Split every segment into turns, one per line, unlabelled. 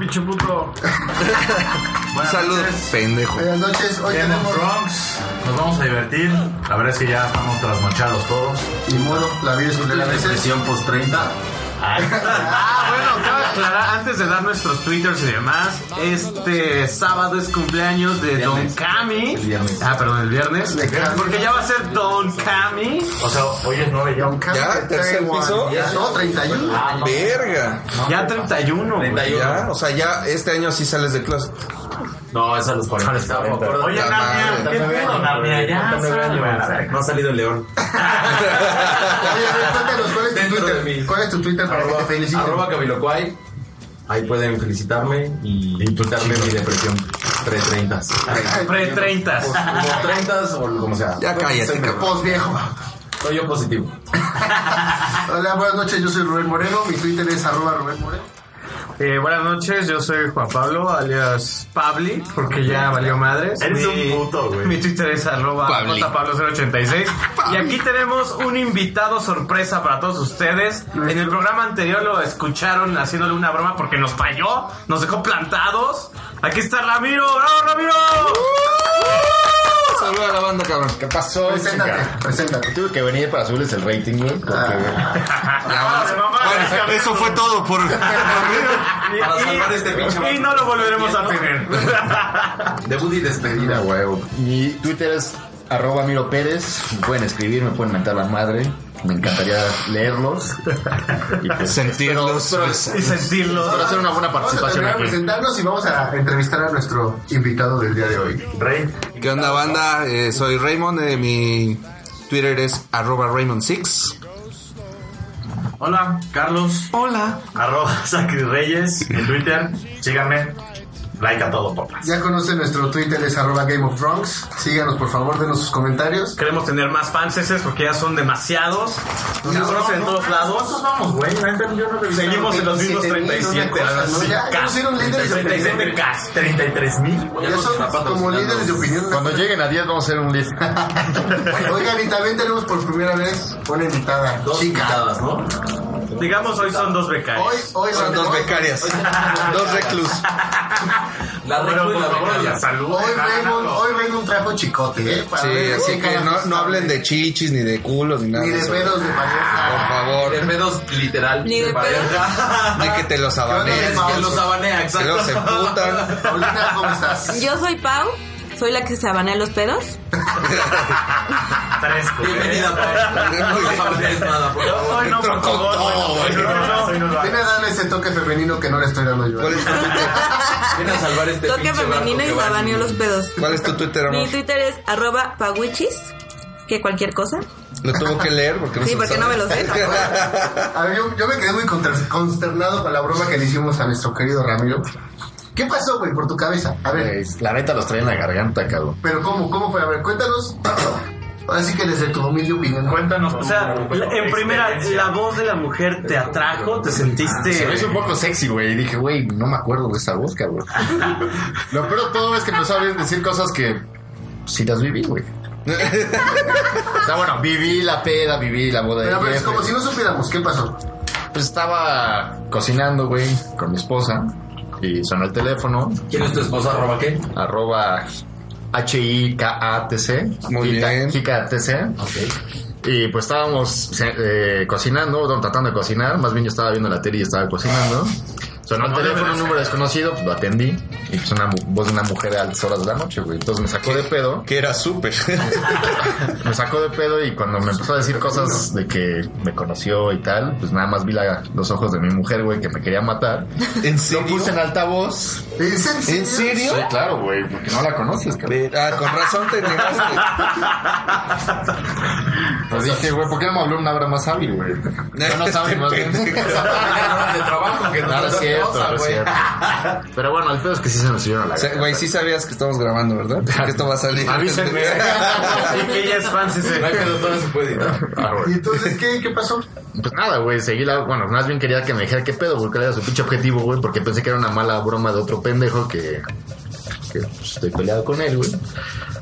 Pinche puto.
Un saludo, pendejo.
Buenas noches, hoy tenemos
Bronx. Nos vamos a divertir. La verdad es que ya estamos trasnochados todos.
y modo, la vida es culera a veces.
post 30.
Ah, bueno, cabe aclarar, antes de dar nuestros twitters y demás, este sábado es cumpleaños de Don Cami.
viernes.
Ah, perdón, el viernes.
De Cami.
Porque ya va a ser Don Cami.
O sea, hoy es 9 ya.
Ya, tercer piso.
Ya, no, 31.
Verga.
Ya 31. güey.
Ya, o sea, ya este año sí sales de clase.
No, es a los 40.
Oye, Narnia, ¿qué pedo, Narnia? Ya, sálvame.
No ha salido el león.
Oye, a ver, cuéntanos, ¿cuál es tu
Dentro de
Twitter?
mí.
¿Cuál es tu Twitter para que te feliciten?
Arroba Cabilocuay. Ahí pueden felicitarme y quitarme mi depresión. Pre-30.
Pre-30.
Como 30 o como sea.
Ya cállate,
Soy-
cabrón.
Post viejo.
Soy yo positivo.
Hola, buenas noches, yo soy Rubén Moreno, mi Twitter es arroba Rubén Moreno.
Eh, buenas noches, yo soy Juan Pablo, alias Pabli, porque ya valió madres.
Eres un puto, güey.
Mi Twitter es arroba
Pabli.
JPablo086. Y aquí tenemos un invitado sorpresa para todos ustedes. En el programa anterior lo escucharon haciéndole una broma porque nos falló, nos dejó plantados. Aquí está Ramiro, ¡bravo Ramiro!
Saluda a la banda, cabrón. ¿Qué pasó?
Preséntate, preséntate.
Tuve que venir para subirles el rating, güey. Porque
Ah, de mamá, gracias,
Bueno, eso fue todo por.
Ramiro.
para
Y-
salvar
y-
este pinche
Y no lo volveremos a tener.
Debut y despedida.
mira, huevo. Mi Twitter es arroba Miro Pérez. Me Pueden escribir, me pueden mentar la madre. Me encantaría leerlos. Y pues,
Sentirlos.
y sentirlo.
espero hacer una
Vamos
buena
a
participación
terminar de
aquí.
presentarnos y vamos a entrevistar a nuestro invitado del día de hoy.
Rey.
¿Qué onda, banda? Eh, soy Raymond. eh, mi Twitter es arroba Raymond6.
Hola, Carlos.
Hola.
Arroba Sacri Reyes en Twitter. Síganme. Like a todo, papá.
Ya conocen nuestro Twitter es arroba Game of Thrones. Síganos, por favor, denos sus comentarios.
Queremos tener más fanses porque ya son demasiados. Nos conocen en todos lados.
vamos, güey?
Seguimos en los mismos 37. ahora sí,
Ya,
K.
ellos eran líderes de
37
opinión.
K.
33 mil.
Ya son como líderes de opinión.
Cuando lleguen a 10 vamos a hacer un list.
Oigan, y también tenemos por primera vez una invitada.
Dos
chica.
invitadas, ¿no?
Digamos, hoy son dos
Hoy,
becarios.
hoy
Son dos
hoy-
becarias. Dos reclus.
La
Pero
recu y
por
la
favor,
becaria.
la salud.
Hoy Raymond, hoy Raymond trajo chicote, ¿eh? Para
Ah, Sí,
ver
así
qué
que
cara
no,
está.
no hablen de chichis, ni de culos, ni nada.
Ni
de
de
eso.
pedos de
Por
pareja.
favor.
De pedos literal.
Ni de
de pareja.
De que te los abaneen.
Es que los abanea,
Que
exacto.
los emputan.
Paulina, ¿cómo estás?
Yo soy Pau, soy la que se abanea los pedos.
Fresco.
Bienvenida, Pau. No les abanees nada, por
Yo
favor.
soy no, por
Entró con
favor.
todo,
soy no,
güey.
soy no, soy no,
Viene a darle ese toque femenino que no le estoy dando yo. ¿eh?
¿Cuál es tu Twitter?
Ven a salvar este
Toque
pinche barco
femenino y
que
se
va en-
abaneo los pedos.
¿Cuál es tu Twitter, amor?
Mi Twitter es arroba pawichis, que cualquier cosa.
Lo tuvo que leer porque no
Sí,
se lo
porque no
sabe.
me lo sé,
A ver, yo, yo me quedé muy conter- consternado con la broma que le hicimos a nuestro querido Ramiro. ¿Qué pasó, güey, por tu cabeza? A ver,
Pues, La neta los trae en la garganta, cabrón.
pero ¿cómo, cómo fue? A ver, cuéntanos. Ahora sí que desde tu humilde opinión.
Cuéntanos.
O sea, la- en primera,
Experiencia.
la voz de la mujer te atrajo, te
Se me hizo un
sentiste.
poco sexy, güey. Y dije, güey, no me acuerdo de esa voz, cabrón. Pues Lo peor de todo es que no sabes decir cosas que sí las viví, güey. O sea, bueno, viví la peda, viví la boda de
Pero, a ver, es
jefe,
como si no supiéramos qué pasó.
Pues estaba cocinando, güey, con mi esposa. Y sonó el teléfono,
¿Quién es tu esposa? ¿Arroba qué?
arroba H-I-K-A-T-C.
Muy
Jica-
bien.
Jica-T-C.
Ok.
Y pues estábamos eh, cocinando, bueno, tratando de cocinar. Más bien yo estaba viendo la tele y estaba cocinando. Sonó el teléfono, un número desconocido, pues lo atendí. Y pues una mu- voz de una mujer a las horas de la noche, güey. Entonces me sacó de pedo.
Que era súper.
Me sacó de pedo y cuando me empezó a decir cosas de que me conoció y tal, pues nada más vi la- los ojos de mi mujer, güey, que me quería matar.
¿En
Lo
serio?
puse en altavoz.
¿Es en serio?
¿En serio?
Sí, claro, güey, porque no la conoces, cabrón.
Ve- Ah, con razón te negaste.
Pues dije, güey, ¿por qué no me habló una hora más hábil, güey? Yo no sabía más bien.
de trabajo que
No, no es cierto, no es cierto. Pero bueno, el pedo es que sí se nos subieron a la
O sea, Güey, sí sabías que estamos grabando, ¿verdad? Que esto va a salir.
Avísenme.
Y que ella es fan, sí, sí.
todo se puede editar.
Ah,
¿Y
güey.
entonces qué, qué pasó?
Pues nada, güey, seguí la... Bueno, más bien quería que me dijera qué pedo, güey, cuál era su pinche objetivo, güey, porque pensé que era una mala broma de otro pendejo que... que pues, estoy peleado con él, güey.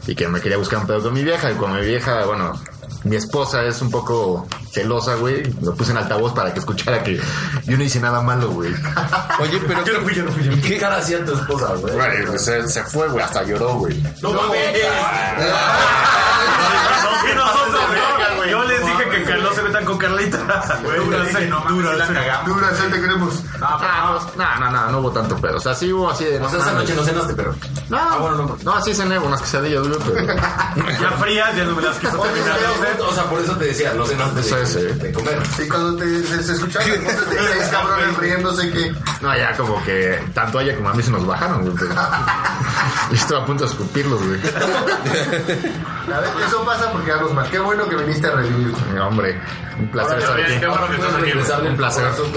Y que me quería buscar un pedo con mi vieja. Y con mi vieja, bueno, mi esposa es un poco celosa, güey. Lo puse en altavoz para que escuchara que yo no hice nada malo, güey.
Oye, pero
Yo no fui, yo no fui. Pues yo no fui. ¿Qué cara hacía tu esposa, güey?
Güey, pues, se, se fue, güey, hasta lloró, güey.
No mames.
No, que nosotros, ¿no? Yo les dije que Carlos se metan con Carlita. Güey, dura,
Dura, no mames, sí la cagamos.
Dura, sí te queremos.
Ah, pues, no, no, no, no hubo tanto pedo. O sea, sí hubo así de.
O sea, Pues esa noche no cenaste, pero.
No,
Ah, bueno, no.
no, sí cené unas quesadillas, güey, pero.
Ya frías, ya no me las quiso
Oye,
terminar.
sí, O sea, por eso te decía, no cenaste
Sí,
de-
sí.
de comer.
Y cuando te, se, se escucharon las voces de tres cabrones riéndose que...
No, ya como que tanto a ella como a mí se nos bajaron, güey. pero- Yo estaba a punto de escupirlos, güey.
A ver, eso pasa porque ya nos mal. Qué bueno que viniste a revivir.
Eh, Hombre, un placer estar
Oye,
aquí.
qué bueno que estás aquí. güey.
Un placer.
Bravo,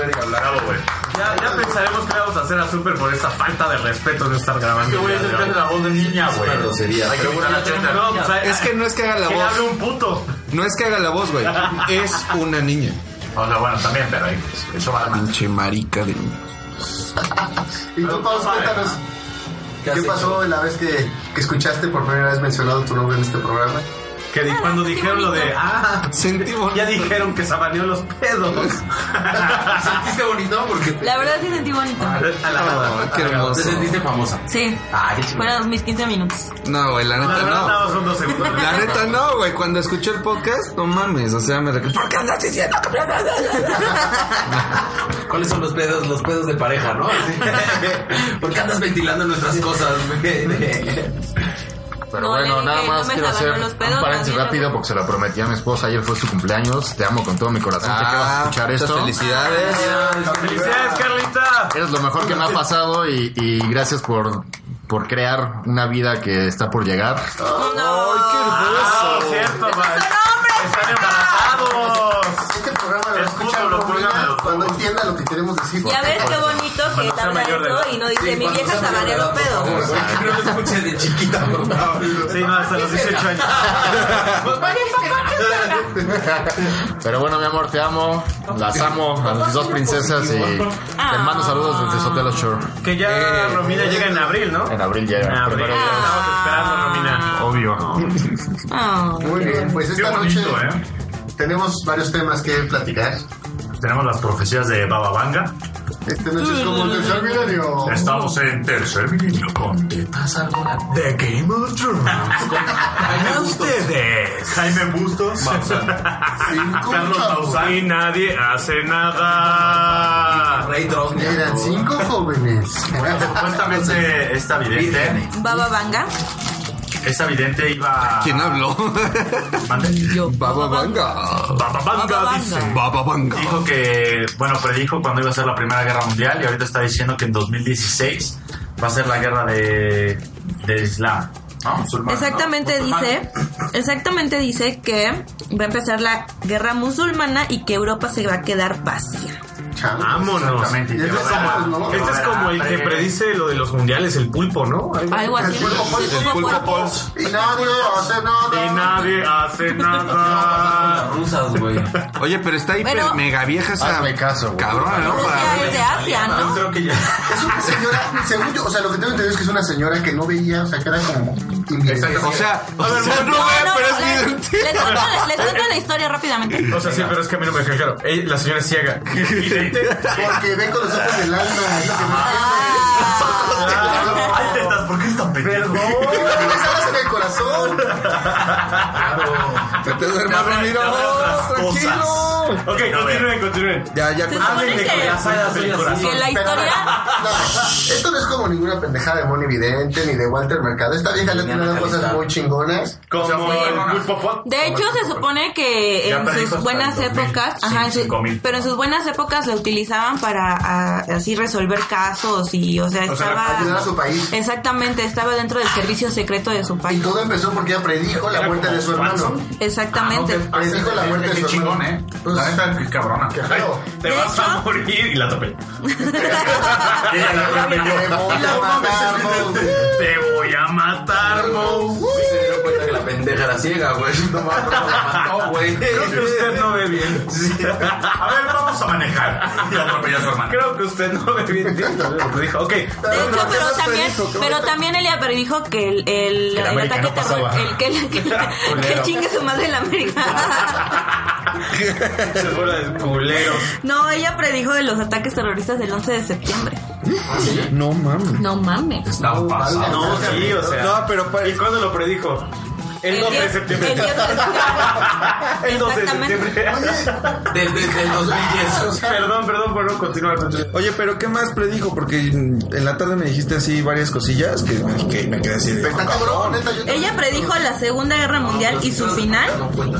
güey.
Ya, ya pensaremos qué vamos a hacer a Super por esta falta de respeto de estar grabando.
Yo voy a
el día de
hacer
hoy.
la voz de niña, güey.
Una grosería.
Hay que
Pero
evitar la cheta.
No, pues, hay-
Es que no es que haga la
que le hable
voz.
un puto.
No es que haga la voz, güey. Es una niña.
O sea, bueno, también, pero ahí, pues, eso va mal.
Pinche marica de
Y tú, Paus, cuéntanos.
has
¿Qué
hecho?
pasó la vez que, que escuchaste por primera vez mencionado tu nombre en este programa?
Que di- cuando dijeron lo de, ah,
Sentí bonito.
ya dijeron que sabaneó los pedos.
Pues,
¿Sentiste bonito? Porque te,
La verdad sí sentí bonito.
A la
Oh,
Ah,
qué
te
hermoso.
sentiste famosa.
Sí.
Ah, qué chingón.
Fueron mis 15 minutos.
No, güey, la
La
neta
verdad,
pues, no.
nada más son dos segundos.
La neta no, güey. Cuando escuché el podcast, no mames. O sea, me recuerdo. ¿Por qué andas diciendo que bla, bla, bla?
¿Cuáles son los pedos, los pedos de pareja, no? ¿Por qué andas ventilando nuestras cosas?
Pero
No,
bueno,
le dije,
nada
no
más
me
quiero
sabanó
hacer
los pedos,
un
más
paréntesis
bien
rápido
lo-
porque se lo prometí a mi esposa. Ayer fue su cumpleaños. Te amo con todo mi corazón. te quiero
Ah,
escuchar
muchas
esto.
Felicidades.
¡Felicidades, Carlita!
Eres lo mejor que me ha pasado y, y gracias por, por crear una vida que está por llegar.
No.
Ah, cierto,
Este
va. ¡Están embarazados!
Este programa lo
El
escucha
puto lo
Romina
cuelga, lo
cuando entienda lo que queremos decir.
Ya ves qué bonito que
sea
habla
mayor de
eso
edad.
y no dice mi vieja sabanea los pedos.
No lo escuches de chiquita, por favor.
Sí, no, hasta los 18 años.
Pero bueno, mi amor, te amo. Las amo a las dos princesas y te mando saludos desde Sotelo Shore.
Que ya Romina llega Eh, en abril, ¿no?
En abril llega.
En abril.
primero de-
Ah, Estamos esperando a Romina.
Obvio.
Ah.
Muy bien, pues
Qué
esta noche
bonito, ¿eh?
tenemos varios temas que platicar.
Tenemos las profecías de Baba Vanga.
Esta noche es como el tercer milenio.
Estamos en tercer milenio con tetas alguna de Game of Thrones. Con ustedes. Jaime Bustos.
Cinco
Carlos
chavos.
Maussan. Y nadie hace nada.
Rey Drosnia.
Eran cinco jóvenes.
Supuestamente esta vidente,
Baba Vanga.
esta vidente iba.
¿Quién habló?
Mande.
Baba Vanga.
Baba Vanga dice.
Baba Vanga.
Dijo que, bueno, predijo cuando iba a ser la Primera Guerra Mundial y ahorita está diciendo que en 2016 va a ser la guerra de, de Islam. ¿no? Musulmana, ¿no?
Exactamente
Musulmana.
dice, exactamente dice que va a empezar la guerra musulmana y que Europa se va a quedar vacía.
Chavos.
Vámonos.
Exactamente. y
Y
que
es
va a haber-
esa, ¿no?
Este es como el que predice lo de los mundiales, el pulpo, ¿no?
Algo así.
El pulpo Paul.
Y nadie hace
Y
nada.
nadie hace nada.
Las rusas, güey.
Oye, pero está hiper
Bueno. Pues
mega vieja esa.
Hazme caso, güey.
Cabrona, ¿no? Para-
Es de Asia, ¿no?
Creo que ya.
Es una señora, según yo, o sea, lo que tengo entendido es que es una señora que no veía, o sea, que era como invidente.
O sea, o sea, no,
No,
güey,
no,
pero
no, les-
es mi
les cuento la- les cuento la historia rápidamente.
O sea, sí, pero es que a mí no me queda claro. Ey, la señora es ciega.
Porque ven con los ojos del alma, es lo que no entiendo.
Ah.
Ay, tetas, ¿por qué es tan pendejo?
Porque me salas en el corazón, corazón.
Vete a dormir, Ramiro.
oh,
oh, Tranquilo.
Ok, continúen, continúen.
Ya, ya.
Se
con-
supone
Hablen de
que-
corazón,
soy
del corazón.
que la historia...
No, esto no es como ninguna pendejada de Moni Vidente ni de Walter Mercado. Esta vieja le ha tenido cosas muy chingonas.
Como el pulpo pot.
De hecho, se supone que
Ya
en
perdimos
sus buenas
hasta el 2000,
épocas,
sí,
ajá, en sus-
5000.
pero en sus buenas épocas la utilizaban para ah, así resolver casos y, o
O
sea,
sea,
estaba...
ayudar a su país.
Exactamente, estaba dentro del servicio secreto de su
Y
país.
todo empezó porque ella predijo la muerte de su hermano.
Exactamente.
Ah,
Predijo la muerte de
Qué
su
chingón,
hermano.
¿eh?
Pues,
La neta, qué cabrona.
qué feo.
Te
De
vas a
hecho-
morir y la topé.
Y ella la repelió.
Te voy a matar, Mau.
Te voy a matar, Mo.
Uy, se dieron cuenta que la pendeja era ciega, güey. No mames, no mató, güey.
Creo que usted no ve bien.
A ver, vamos a manejar. Y atropelló a su hermana.
Creo que usted no ve bien. Dijo, dijo, ok.
De hecho, pero también, pero también Elia predijo que el, el, el
América
ataque
no
terror,
pasaba.
el que, que, que chingue su madre en la América. pues,
Se fue la del culero.
No, ella predijo de los ataques terroristas del 11 de septiembre.
No mames.
No mames.
Está pasado.
Ah, No, pues, sí, o sea.
No, pero pa-
¿Y cuándo lo predijo? El 12 de
10
septiembre.
El 10 de septiembre.
El 12 de septiembre.
Desde el 2010.
Perdón, perdón por no continuar. continuar.
Oye, pero ¿qué más predijo? Porque mm, en la tarde me dijiste así varias cosillas que, que me quedé así de...
Está cabrón, neta, yo
Ella predijo la Segunda Guerra Mundial y su final.
No cuenta.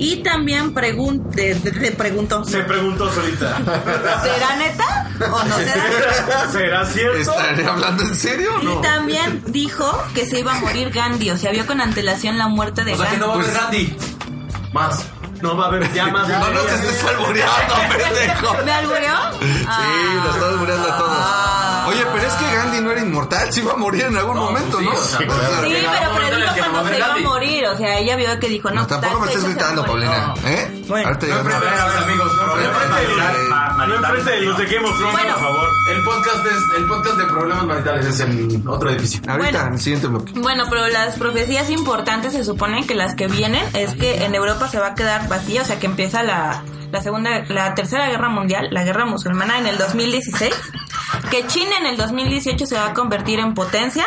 Y también pregun- de- de- te preguntó,
Se preguntó solita.
¿será neta o no será neta?
¿Será cierto?
¿Estaré hablando en serio o
Y
no?
también dijo que se iba a morir Gandhi, o sea, vio con antelación la muerte de
O sea que
Gandhi.
no va a haber Gandhi. Más.
No va a haber llamas.
No nos estés alboreando, pendejo.
¿Me Ah. albureó?
Sí, lo estamos muriendo a todos. Oye, pero es que Gandhi no era inmortal, se iba a morir en algún momento,
sí,
¿no?
o sea,
Sí,
pues,
claro.
Sí,
Llegaba
pero
un momento en el
predijo
que no va a
cuando
haber
se iba a
Gandhi.
morir, o sea, ella vio que dijo, no,
No, tampoco
tal
me estés
fecha se va a
gritando,
morir.
Paulina,
No.
¿eh?
Bueno.
Ahorita llegamos.
A ver, a ver, amigos. No enfrente de- no enfrente de los de Game of Thrones,
Bueno.
por favor.
El podcast, es, el podcast de problemas maritales es en otro edificio.
Ahorita,
Bueno.
en el siguiente bloque.
Bueno, pero las profecías importantes se suponen que las que vienen es que en Europa se va a quedar vacía, o sea que empieza la, la segunda, la tercera guerra mundial, la guerra musulmana en el 2016, que China en el 2018 se va a convertir en potencia,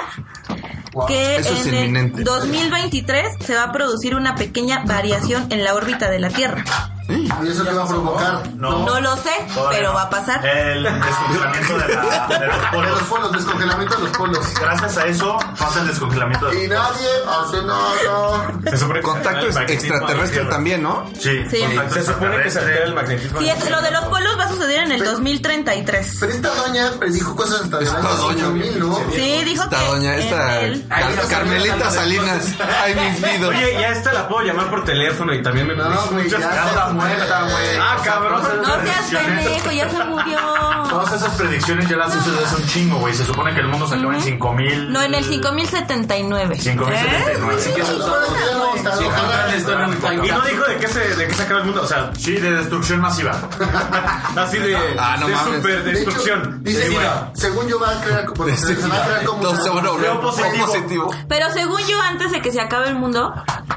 que
eso es
en el
inminente.
2023 se va a producir una pequeña variación en la órbita de la Tierra.
¿Y eso qué va a provocar?
No.
No lo sé,
Todavía
pero
no. Eh,
va a pasar.
El descongelamiento de, la- de los
De los
polos.
polos, descongelamiento de los polos.
Gracias a eso pasa el descongelamiento de
Y nadie hace nada.
Se supone-
Contacto
el magnetismo de
extraterrestre
la
también, ¿no?
Sí,
Sí.
contacto
Se supone que se altera el
extraterrestre.
magnetismo.
Sí, es- lo de los polos va a suceder en el
Pero-
2033.
Pero esta doña predijo cosas hasta de
Esta
años
doña,
8000, ¿no?
Sí, dijo que
Esta doña, esta
en el-
Car-
Ay,
Carmelita Salinas. Ay, mis vidos.
Oye, ya esta la puedo llamar por teléfono y también me
No, güey, ya
muchas-
está muerta, güey.
Ah, cabrón.
No seas pendejo, ya se murió.
Todas esas predicciones ya las hice desde hace un chingo, güey. Se supone que el mundo se acaba en 5000.
No, en el 5079.
5079.
¿Eh?
Así que eso-
Ojalá la historia no
Y
tenga-
no dijo de qué se, de qué se acaba el mundo. O sea,
Sí, de destrucción masiva.
así de,
Ah, no
de
mames.
super
De hecho,
destrucción.
dice,
Sí, güey.
mira, según yo va a crear como, se va a crear como
Entonces,
una-
bueno,
Leo
un poco
positivo.
positivo.
Pero según yo, antes de que se acabe el mundo,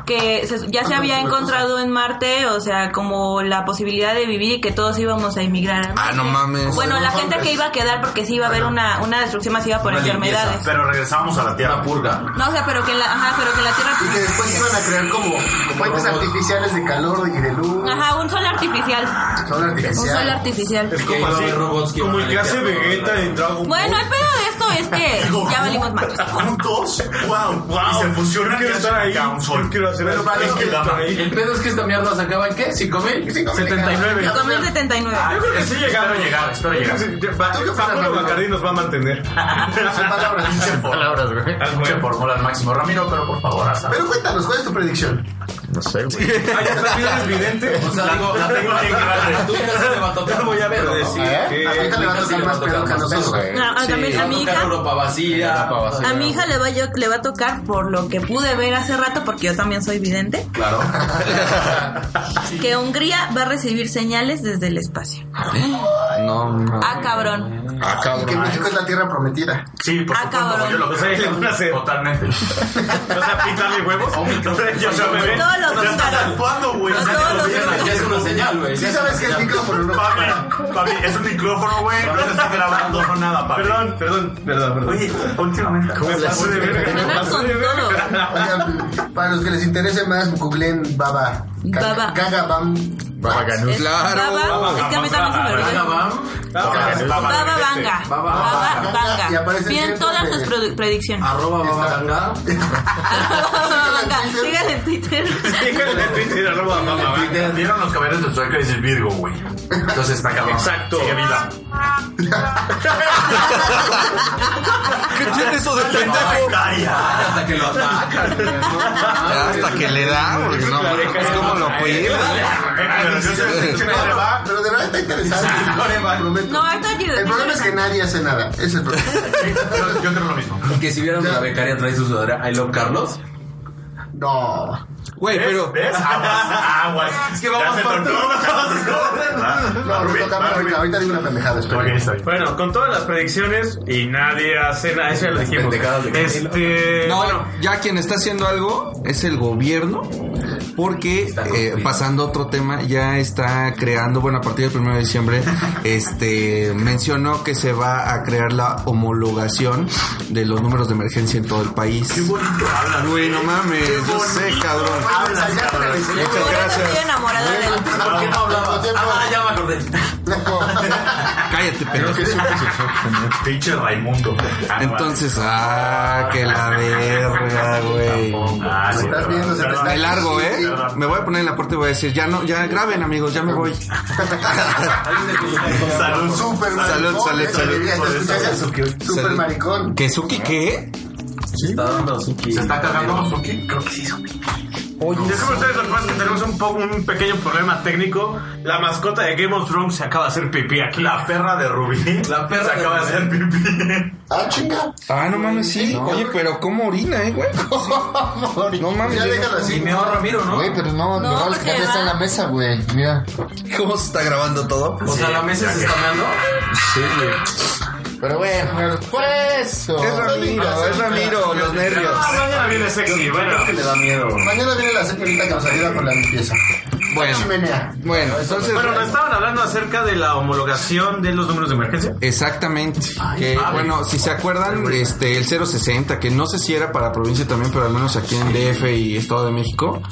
que se- ya se había encontrado en Marte, o sea, como la posibilidad de vivir y que todos íbamos a emigrar. a
Ah,
Marte.
no mames.
Bueno, la gente que iba a quedar porque sí iba a haber una, una destrucción masiva por
Una
enfermedades.
limpieza.
Pero regresamos a la Tierra.
Una purga.
No, o sea, pero que en la, ajá, pero que en la
Y que
Tierra...
después iban a crear como, como fuentes artificiales de calor y de luz.
Ajá, un sol artificial.
Son
Un Ah. sol
artificial.
artificial.
Es
Que
como
iba a
así,
haber robots que
como el
iban a
que hace
limpiar todo,
Vegeta
¿verdad?
en Dragon Ball.
Bueno, el pedo de esto es que ya valimos madres.
Juntos, wow, wow. Y se
Yo
fusionan y
quiero estar ahí.
hacen un
Yo
sol.
quiero hacer algo.
vale,
Es que
que la-
estar ahí.
El pedo es que esta mierda se acaba en qué? ¿Cinco mil?
79.
5079.
ah,
Yo creo que sí llegamos.
Espero llegar, espero llegar.
Sí, ya va-
¿Tú qué opinas,
Paco
Ramiro?
Bacardi nos va a mantener.
Son palabras.
Pinche palabras, güey. Pinche fórmula al máximo. Ramiro, pero por favor, hasta.
Pero cuéntanos, ¿cuál es tu predicción?
Ay, está bien, es vidente.
O sea, digo, la tengo bien grande. Tú ya se levantó,
Yo voy a predecir
¿Eh? A mi hija
que...
le va a tocar más pedo que a nosotros.
No, a, también a mi hija.
Europa vacía. Europa vacía.
A mi hija le va, yo- le va a tocar por lo que pude ver hace rato, porque yo también soy vidente,
Claro.
que Hungría va a recibir señales desde el espacio.
No, no.
Ah, cabrón.
Ah,
Y que
cabrón.
México es la tierra prometida.
Sí, por
Ah,
supuesto,
cabrón.
yo lo
O sea, le van a hacer-
Totalmente.
O sea, pintarle huevos.
O micro-
Yo soy bebé.
Todo los
Ya estás
húngaros.
actuando, güey.
Los
Ya
todos
te
los
gobiernan.
húngaros.
Ya es una señal, güey.
Sí sabes que el micrófono no
Papi, papi, es un micrófono, güey. No te estoy grabando no nada, papi.
Perdón, perdón, perdón, perdón.
Oye, últimamente.
Me pasé de verga.
Ganan con todo.
Oigan, para los que les interese más, googleen Baba. Gaga-
Baba.
Gaga Bam.
Baba Ganoush.
Es
Claro.
Baba, es que a mí también se me olvida. Baba Vanga. Baba
Y
Vanga.
aparece
Piden
siempre
todas
de-
sus produ- predicciones.
Arroba bababanga.
Baba Vanga.
Síganla en Twitter.
Síganla en Twitter.
Síganle en Twitter, arroba, mamá, va.
Vieron los caballeros del Zodiaco y dices Virgo, güey.
Entonces está cabrón.
Exacto.
Sigue vida.
¿Qué tiene eso de pendejo?
Hasta que lo atacan.
Hasta que le da, porque no mames, ¿cómo lo cuida?
Eh, Pero yo sé que
No,
me va.
pero de verdad está interesante. Prometo.
No, está chido.
El problema es que nadie hace nada. Ese Es el problema.
Yo yo creo lo mismo.
Y que si vieron la becaria trae su sudadera I love Carlos.
No.
Güey, pero.
¿Ves? Aguas, aguas. Es que vamos por
No, no tocamos ahorita. Ahorita digo una pendejada. espera.
Bueno, con todas las predicciones y nadie hace nada, eso ya lo dijimos.
Pendejadas de-
Este.
No,
bueno,
Eh, ya quien está haciendo algo es el gobierno, porque eh,
conspirando.
pasando a otro tema, ya está creando, bueno, a partir del 1 de diciembre, este mencionó que se va a crear la homologación de los números de emergencia en todo el país. Qué bonito hablas. Güey, no mames, yo sé, cabrón.
Hablas, ya te revisé.
Muchas
Ahora estoy
gracias.
enamorada de él.
¿Por qué no hablaba?
Tiempo.
Ah, ya me acordé.
Cállate, pendejo.
Pinche Raimundo.
Entonces, ah, que la verga, güey.
Ah, sí,
Estás
perdón.
viendo, se te
Perdón.
Me
está-
largo, ¿eh? Me voy a poner en la puerta y voy a decir, ya no, ya graben, amigos, ya me voy.
Salud.
Super maricón.
salud,
¿eh? Eso
salud,
deberías
por
de escuchar
eso.
a Suki. Super
Salud.
maricón.
¿Que Suki qué?
Se está dando Suki.
¿Se está cagando Suki? Creo que sí, Suki.
yo sé que ustedes recuerdan que tenemos un, poco, un pequeño problema técnico. La mascota de Game of Thrones se acaba de hacer pipí aquí.
La perra de Rubí.
La perra
se
de
acaba
Rubí.
de hacer pipí.
Ah, chinga.
Ah, no mames, sí. Oye, pero ¿cómo orina, eh, güey? No mames,
Ya
yo no-
déjalo así.
Y mejor Ramiro, ¿no?
Güey, pero no,
No,
no, no
porque
ya
va.
está en la mesa, güey. Mira.
¿Cómo se está grabando todo?
O sea, la mesa se está meando.
Pero bueno, fue eso.
Es Ramiro, es Ramiro, los nervios.
Ah, mañana viene sexy. Bueno,
Creo que le da miedo.
Mañana viene la señorita que nos ayuda con la limpieza.
Bueno,
Chimenea.
bueno, entonces...
bueno, nos estaban hablando acerca de la homologación de los números de emergencia.
Exactamente. Que, bueno, si se acuerdan, este, el 060, que no sé si era para provincia también, pero al menos aquí en DF y Estado de México,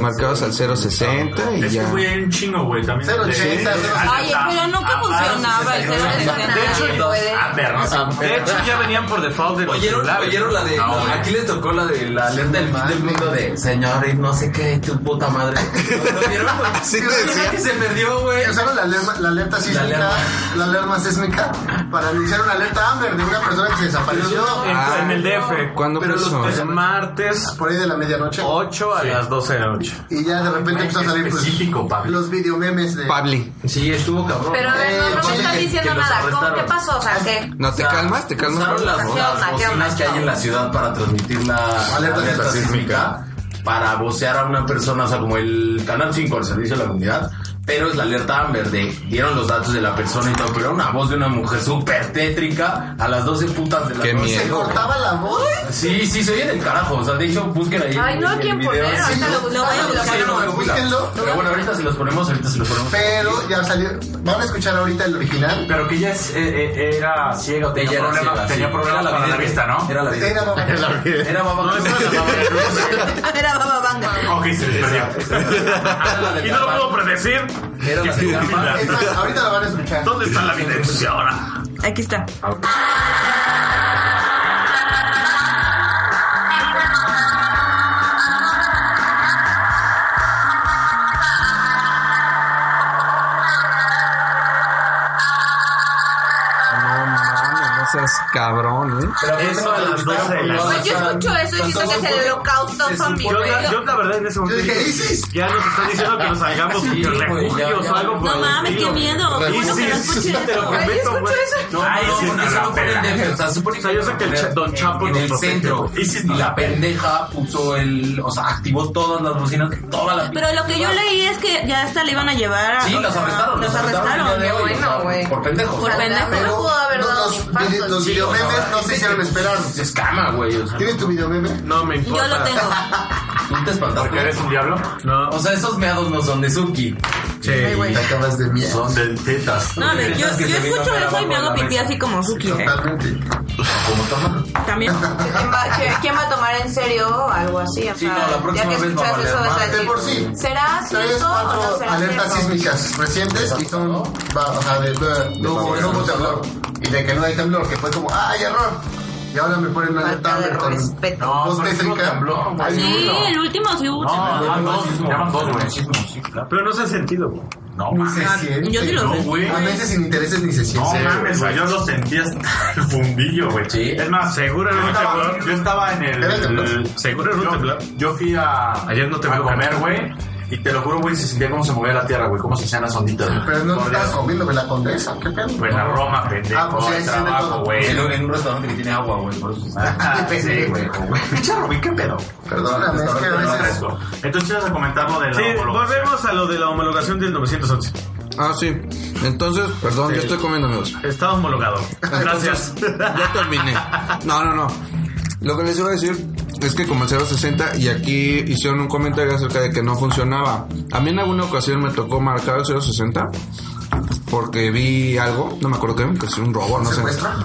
marcados al 060 y
Es que
ya.
fui un chingo, güey. También.
Cero
De-
ochenta, cero
Oye, pero nunca
Ah,
funcionaba el
cero ochenta.
cero ochenta.
De hecho, a ver, no sé.
De hecho, ya venían por default de los
Oyeron,
celulares.
oyeron la de.
No,
la- aquí les tocó la de la alerta del fin del mundo de señores, no sé qué, tu puta madre. ¿Lo vieron, güey?
Sí,
¿No
te
vieron
decía.
que se perdió, güey.
Usaron la alerta, la alerta sísmica,
alerta.
la alerta sísmica para anunciar una alerta Amber de una persona que se desapareció
En,
Ah.
en el DF.
¿Cuándo
pero
fue
los
eso?
pues, martes
por ahí de la medianoche
8 a las 12 de la noche.
y ya de repente empezó a salir pues,
Específico, Pablo.
los videomemes de
Pabli,
Sí, estuvo cabrón.
Pero a ver, no, no me estás diciendo nada. ¿Cómo, ¿Qué pasó? O sea, ¿qué?
no te calmas, te calmas.
Usaron las,
¿Qué onda?
las
¿Qué
bocinas
onda?
que hay en la ciudad para transmitir la
Alerta
alerta, sísmica para vocear a una persona, o sea, como el Canal 5, el servicio a la comunidad, pero es la alerta Amber de dieron los datos de la persona y todo, pero era una voz de una mujer súper tétrica a las 12 putas de la
Qué
noche.
se
miedo.
cortaba la voz
Sí, sí, se oye del carajo, o sea, de hecho, busquen ahí.
Ay, no,
el
¿quién
video.
poner?
Sí,
Ahorita lo
lo voy a
buscamos.
buscar.
sí, no, no,
Búsquenlo.
Pero bueno, ahorita se los ponemos, ahorita se los ponemos.
pero ya salió van a escuchar ahorita el original
Pero que ella es, eh, eh, era ciega.
Ella
Tenía
era
problemas
ciega,
tenía
sí.
problemas
Era
para la
vidente.
vista, ¿no?
Era la
Era
vida.
mamá.
Era mamá.
Era Baba Vanga.
Ok, se les perdió.
Y no lo puedo predecir.
Era la de Gamma.
Es más, ahorita la van a escuchar
¿Dónde está la evidencia ahora?
Aquí está.
No mames, no seas cabrón, ¿eh?
Pero
Eso a las 12 de la
Pues yo escucho eso y siento que es el holocausto zombie.
Yo, la,
güey.
yo, la verdad en ese
yo
momento
dije
dije,
Isis
ya nos están diciendo que nos salgamos de
Sí, güey, ya,
refugios
ya.
o algo por
No
el
mames, qué
estilo.
miedo. Qué bueno que no
Isis,
escuché
te lo
eso.
Ay,
prometo,
escucho
güey.
eso.
No,
Ay,
no,
sí,
no,
es
eso no
una
fue en el
pena.
DF, o sea, se supone
O sea, yo sé que el
poner
cha- Don Chapo
en
nos
el
protege,
centro.
güey.
Y si la pendeja puso el, o sea, activó todas las bocinas de toda la
Pero lo que yo leí es que ya hasta le iban a llevar a.
Sí, los arrestaron,
Los
los arrestaron el
arrestaron.
día de hoy,
Qué bueno.
sea,
güey.
por pendejos.
Por
¿no?
pendejo.
Pero-
No pudo haber
no,
dado
los
un infarto.
vide- los
sí.
video- memes no se hicieron esperar.
Es escama, güey. o sea,
¿Tienes tu video meme?
No me importa.
Yo lo tengo.
¿Tú te espantaste?
¿Porque eres un diablo?
No.
O sea, esos meados no son de Suki.
Te acabas de miedo.
Son de tetas.
No, de- yo,
Es que
yo
se vino
escucho
para
eso y
abajo
me hago
la
pipí
mesa.
así como Suki, ¿eh?
Totalmente.
Como toma.
También.
¿Quién va, que- quién va a tomar en serio algo así? O sea,
Sí, no, la próxima
ya que
vez va a
escuchas
valer
eso, vas a
más. De
decir,
por sí.
¿será
Tres,
cierto o no
cuatro
será
alertas
cierto?
sísmicas recientes y son. va- o sea, de, de- no hubo no hubo temblor. Y de que no hay temblor, que fue como, ¡ay, error! Y ahora me ponen una
Falta
alerta
de
Amber con
respeto.
dos técnicas.
Sí, el último sí hubo.
No,
no,
van dos.
no,
Ya van dos, güey.
Pero no se ha sentido, güey.
No,
Ni se
mames.
siente.
Yo sí lo
No,
sé.
güey.
A veces sin intereses ni se
No
siente.
mames, güey. Yo lo sentí hasta el fundillo, güey.
Sí.
Es más, seguro
en
yo
un
estaba,
temblor.
yo estaba en el.
Era el temblor.
Seguro en un
yo-
temblor.
Yo fui a.
Ayer no tembló,
A comer, güey. Y te lo juro, güey, se sentía cómo se movía la tierra, güey. Cómo se hacían las onditas, güey.
Pero no
Por
estás
Dios.
comiendo, la condesa, qué pedo.
Pues la Roma, pendejo.
Ah, pues sí, ahí
el
sí, de
trabajo,
todo.
güey.
En un, en un restaurante que tiene agua, güey. Por eso.
Ah, sí, güey. Pinche Robin, qué pedo.
Perdóname, es que a veces.
Fresco. Entonces ibas a comentar lo de la
Sí,
homologación.
volvemos a lo de la homologación del 911.
Ah, sí. Entonces, perdón, yo estoy comiendo amigos.
Está homologado. Gracias.
Ya terminé. No, no, no. Lo que les iba a decir es que como el 060 y aquí hicieron un comentario acerca de que no funcionaba. A mí en alguna ocasión me tocó marcar el 060 porque vi algo, no me acuerdo qué, que es un robo, no sé.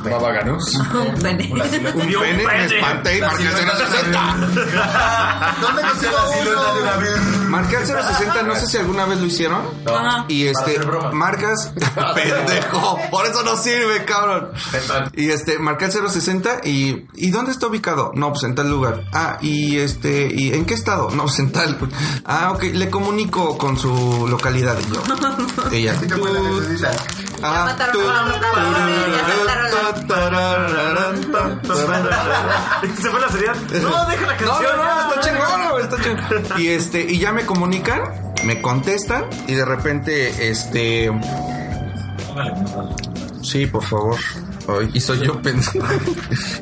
Babaganos.
Un pene.
Un
Vio un
pene, me
pene.
espanté y marqué el 060.
Ah,
¿Dónde consigo uno?
Marqué el 060, no sé si alguna vez lo hicieron.
Ajá.
Y este,
hacer bromas.
marcas, pendejo, por eso no sirve, cabrón. Y este, marqué el 060 y, ¿y dónde está ubicado? No, pues en tal lugar. Ah, y este, ¿y en qué estado? No, pues en tal. Ah, ok, le comunico con su localidad. Y yo, ella,
Sí te fue la
tut,
necesidad.
ah,
mataron
tut,
a la
tararán, tararán, tararán, tararán.
Se fue la seriedad. No, deja la
No,
canción.
no, no, está
chingón.
chingón, güey, está chingón. Y este, y ya me comunican, me contestan, y de repente, este. Sí, por favor. Ay, y soy yo pendejo.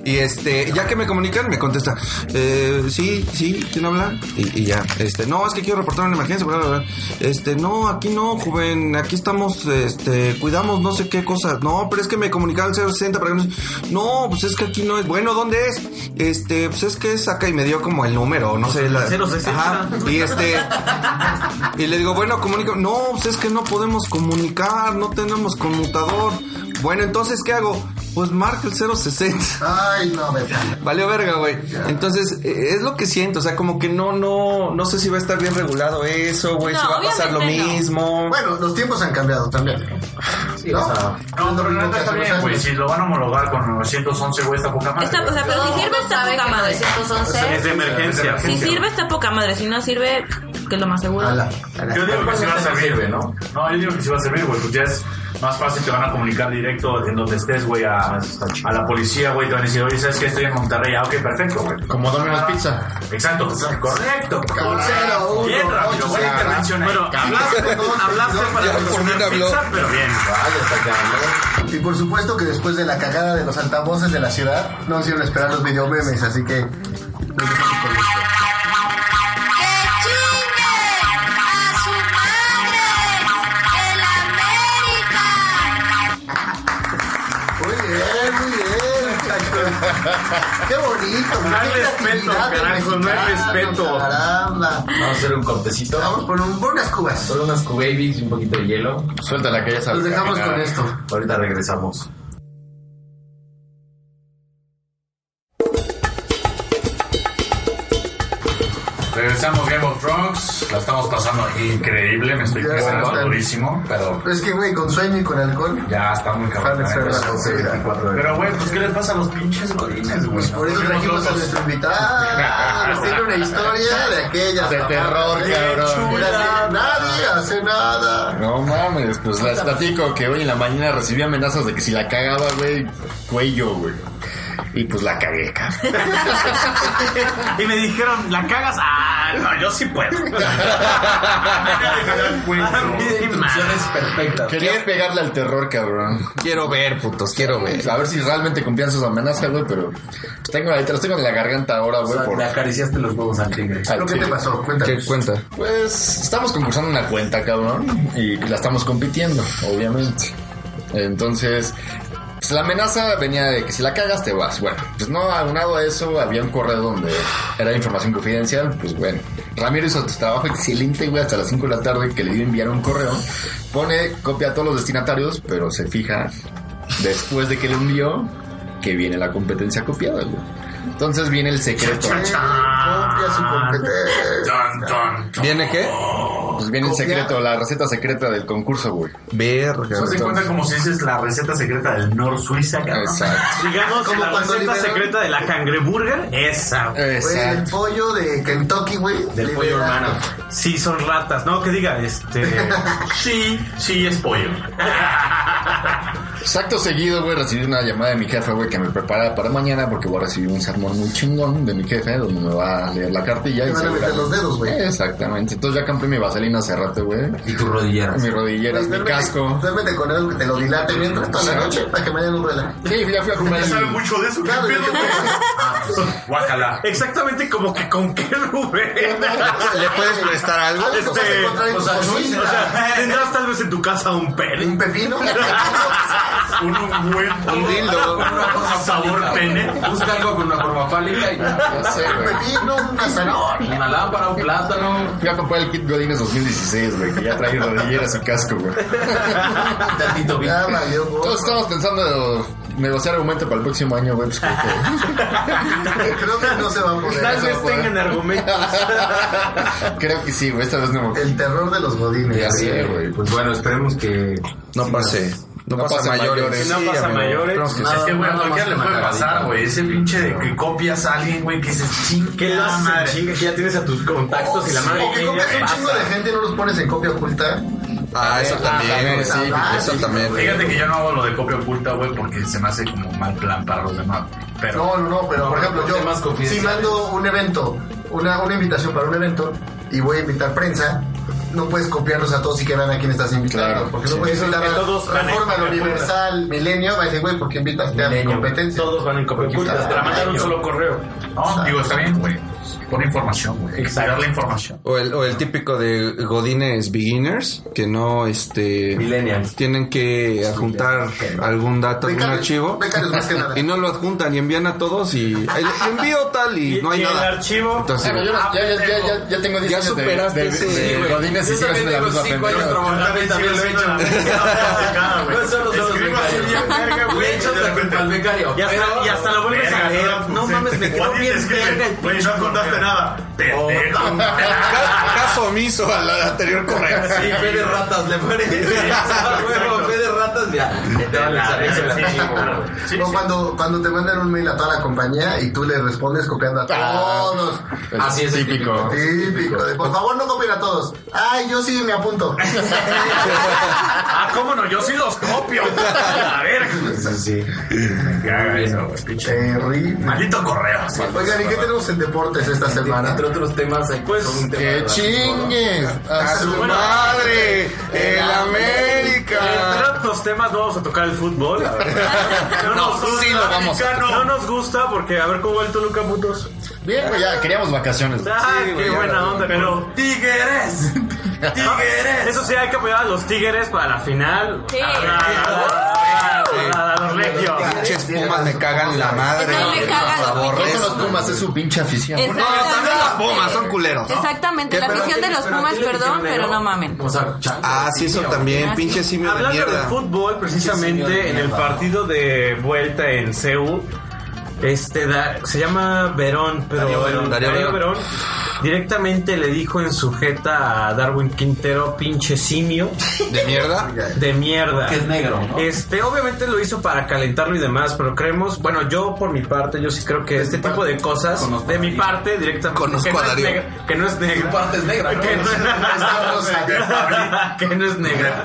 y este, ya que me comunican, me contesta. Eh, sí, sí, ¿quién habla? Y, y ya, este, no, es que quiero reportar una emergencia, bla, bla, bla. Este, no, aquí no, joven, aquí estamos, este, cuidamos no sé qué cosas. No, pero es que me comunicaron el 060 para que no. No, pues es que aquí no es. Bueno, ¿dónde es? Este, pues es que es acá y me dio como el número, no sé. La,
060.
Ajá. Y este. Y le digo, bueno, comunica. No, pues es que no podemos comunicar, no tenemos conmutador. Bueno, entonces, ¿qué hago? Pues marca el 060.
Ay, no, me
Valió verga, güey. Entonces, eh, es lo que siento. O sea, como que no, no, no sé si va a estar bien regulado eso, güey.
No,
si va a pasar lo
obviamente no.
mismo.
Bueno, los tiempos han cambiado también. ¿No?
No, pero la neta está bien, güey. Si lo van a homologar con 911, güey, está poca madre.
Está, o sea, pero si sirve está
sabe
poca
que
madre.
911
Es de emergencia.
Si sirve está poca madre. Si no sirve, que es lo más seguro.
Ala,
Yo
ala.
digo que sí va a
sirve,
servir,
¿no?
¿no? No, yo digo que sí va a servir, güey. Pues ya es más fácil, te van a comunicar directo en donde estés, güey, a, a la policía, güey. Te van a decir, oye, ¿sabes qué? Estoy en Monterrey. Ah, ok, perfecto, güey.
Como Domino's Pizza.
Exacto, correcto.
Cero, uno,
Bien rápido,
ocho,
buena
cero.
intervención.
Bueno,
Bueno,
hablaste, hablaste para
Ya, por
proporcionar
fin habló.
pizza, pero bien.
Y por supuesto que después de la cagada de los altavoces de la ciudad, no hicieron esperar los video memes, así que.
¡Que chingue a su madre! ¡El América!
Muy bien, muy bien, muchachos. Qué bonito,
No hay
qué
respeto,
creatividad del
carajo, no hay
mexicano,
respeto.
Caramba.
Vamos a hacer un cortecito.
Vamos por, un, por unas cubas.
Solo unas Q-Babies y un poquito de hielo.
Suéltala que ya sabes.
Los dejamos
caminar.
con esto.
Ahorita regresamos.
Regresamos Game of Thrones, la estamos pasando increíble, me estoy
Ya
quedando
está.
durísimo, pero
Pero es que, güey, con sueño y con alcohol.
ya está muy
Fan
cabrón.
de
la neta.
Fer, la conseguirá.
Pero güey, pues qué les pasa a los pinches godines, güey.
Pues, Por eso
Nos
trajimos a
vemos
nuestro invitado. Nos tiene una historia de aquellas.
De terror, cabrón.
Mira, Nadie hace nada.
No mames, pues las platico que hoy en la mañana recibí amenazas de que si la cagaba, güey, cuello, güey. Y pues la cagué, cabrón.
Y me dijeron, ¿la cagas? Ah, no, yo sí puedo.
Ah,
A mí sí,
Instrucciones
madre.
perfectas.
Quería pegarle al terror, cabrón.
Quiero ver, putos, quiero ver.
A ver si realmente cumplían sus amenazas, güey, pero pues, tengo ahí, te las tengo en la garganta ahora,
O
güey,
sea,
por...
le acariciaste los huevos al tigre.
al
¿Lo que
chile.
te pasó?
Ah, ¿Qué
Cuéntanos.
cuenta?
Pues estamos concursando una cuenta, cabrón, y la estamos compitiendo, obviamente. Entonces, pues la amenaza venía de que si la cagas te vas. Bueno, pues no, aunado a eso había un correo donde era información confidencial. Pues bueno, Ramiro hizo su trabajo excelente, güey, hasta las 5 de la tarde que le dio enviar un correo. Pone copia a todos los destinatarios, pero se fija después de que le envió que viene la competencia copiada, güey. Entonces viene el secreto.
Copia su competencia.
¿Viene qué?
Pues viene el secreto, la receta secreta del concurso, güey.
Verga.
Eso se cuenta como si dices la receta secreta del Nor Suiza, cabrón.
Exacto.
Digamos que
Como
la
cuando
receta
liberan-
secreta de la cangreburger, esa. güey.
Güey, el
Exacto.
pollo de Kentucky, güey.
Del
le
pollo
da-
hermano.
Sí, son ratas. No, que diga, este. Sí, sí, es pollo.
Exacto seguido, güey, recibí una llamada de mi jefe, güey, que me prepara para mañana porque voy a recibir un sermón muy chingón de mi jefe donde me va a leer la cartilla.
Te van a meter los dedos, güey.
Exactamente. Entonces ya compré mi vaselina hace rato, güey.
Y tus rodilleras.
Mis rodilleras, mi
Duérmete-
casco.
Duérmete con él, que te lo dilate bien toda la noche para que mañana no duela.
Sí, ya fui a jugar.
¿Sabe
el-
mucho de eso?
Claro,
¿Qué
yo
pedo? Guácala.
Exactamente como que con qué Rubén.
¿Le puedes prestar algo? Algo vas a encontrar en
o
tu
sea,
cocina.
O sea, tendrás tal vez en tu casa un pene.
¿Un pepino?
Un buen
Un dildo.
Una cosa sabor pene.
Busca algo con una forma fálica y
Ya sé,
¿Un
güey.
pepino? ¿Una zanahoria?
una lámpara, un plátano.
Fui a comprar el kit Godines 2016, güey, que ya trae rodilleras y casco, güey.
Tantito bien.
Ya valió, güey.
Todos estamos pensando en negociar aumento para el próximo año, güey, pues creo que,
Creo que no se va a poder.
Tal vez tengan argumentos.
creo que sí, güey, esta vez no.
El terror de los
Ya
godines.
sé, güey.
Pues bueno, esperemos que.
No pase. No,
No
pasa
pase
mayores.
mayores.
No
Sí,
pasa
amigo.
mayores.
Esperemos que
No.
Es que, güey, a
nada
cualquiera
más
le
que
puede
margarita,
pasar, güey. Ese pinche de que copias a alguien, güey, que se chinga.
Que lo haces en chinga, que ya tienes a tus contactos y la madre
O que
que ya
comes un chingo de
pasa.
gente y no los pones en copia oculta.
sí. Ah, eso también. Sí,
ah,
eso
sí.
también.
Fíjate que yo no hago lo de copia oculta, güey, porque se me hace como mal plan para los demás. Pero
No, no, no, pero por ejemplo,
temas
yo si
confidenciales.
mando un evento, una, una invitación para un evento y voy a invitar prensa, no puedes copiarlos a todos y que vean a quién estás invitando.
Claro,
porque
sí.
no puedes invitar
que
a
todos van
Reforma,
en-
al Universal, Milenio, va a decir, güey, ¿por qué invitaste a mi competencia?
Todos van en copia oculta. Para mandar un solo correo.
no, digo, está bien, güey. Pon información, güey. Exacto. la información.
O el, o el típico de Godines Beginners, que no, este...
Millennials.
Tienen que adjuntar algún dato, algún
Becarios,
archivo.
becarios más que nada.
Y no lo adjuntan y envían a todos y... el- envío tal y no hay
y el
nada.
archivo.
Entonces,
Bueno, yo no- ya, ya, ya, ya, ya tengo 10
Ya
años de,
superaste
de,
ese-
de
Sí, güey.
Godines y sigo haciendo la misma pendejada.
También también lo he hecho. No solo son los
Escribo así
becarios.
bien verga, güey,
Le echas
y de
la
repente-
culpa al becario. Y hasta- Y hasta lo vuelves a leer. No Pues, mames, me quedo bien verga el Oh,
Güey, no contaste nada. Pendejo.
ca- caso omiso al anterior correo.
Sí, fe de ratas, le parece.
Ah,
Huevo, fe de ratas, ya. Te va a lanzar ese
Sí, sí,
archivo,
claro.
güey.
Sí,
o
sí.
cuando, cuando te mandan un mail a toda la compañía y tú le respondes copiando a todos.
Es
Así es,
típico.
Típico. de, por favor, no copien a todos. Ay, yo sí me apunto.
Ah, cómo no, yo sí los copio. A ver.
Sí, sí.
Me caga eso, güey, pinche.
Terrible.
Maldito correo. sí.
Pues,
Oigan, ¿y qué tenemos en deportes esta semana?
Entre otros temas, hay pues. un tema de
¡Que
ratas,
chingues! Ah, ¡A su
Bueno,
madre! ¡El
Entre
América!
otros temas no vamos a tocar el fútbol. la verdad. No, nos gusta.
sí lo vamos a
Mexicano. No nos gusta porque a ver cómo va el Toluca putos.
Bien, güey, ya queríamos vacaciones.
Ah, qué buena onda, pero
¡Tigres!
tigres. Eso sí hay que apoyar a los Tigres para la final.
Sí.
A, a- a- a- a los regios.
Pinches pumas me cagan la madre.
No me cagan los
¿Por qué
Aborrezco.
son los Pumas? Es su pinche afición.
Exactamente.
también los Pumas, son culeros.
Exactamente, la afición de los Pumas, perdón, pero no mamen.
O sea, chanclas,
Ah, sí, eso
tío.
también, pinche simio de
Hablando de
mierda.
fútbol,
Sí, señor,
precisamente en el
mierda.
partido de vuelta en CEU, este da- se llama Verón, pero
Darío Verón,
el-
Darío
Darío
Verón.
Verón directamente le dijo en sujeta a Darwin Quintero, pinche simio
¿De mierda?
de mierda.
Que es negro, ¿no?
Este, obviamente lo hizo para calentarlo y demás, pero creemos, bueno, yo por mi parte, yo sí creo que este tipo de cosas,
Conozco
de
a
mi
Darío.
parte, directamente,
Conozco
que, no
a
es
Darío.
negra, que no es negra.
Tu parte es negra, ¿no?
Que no es negra. que no es negra.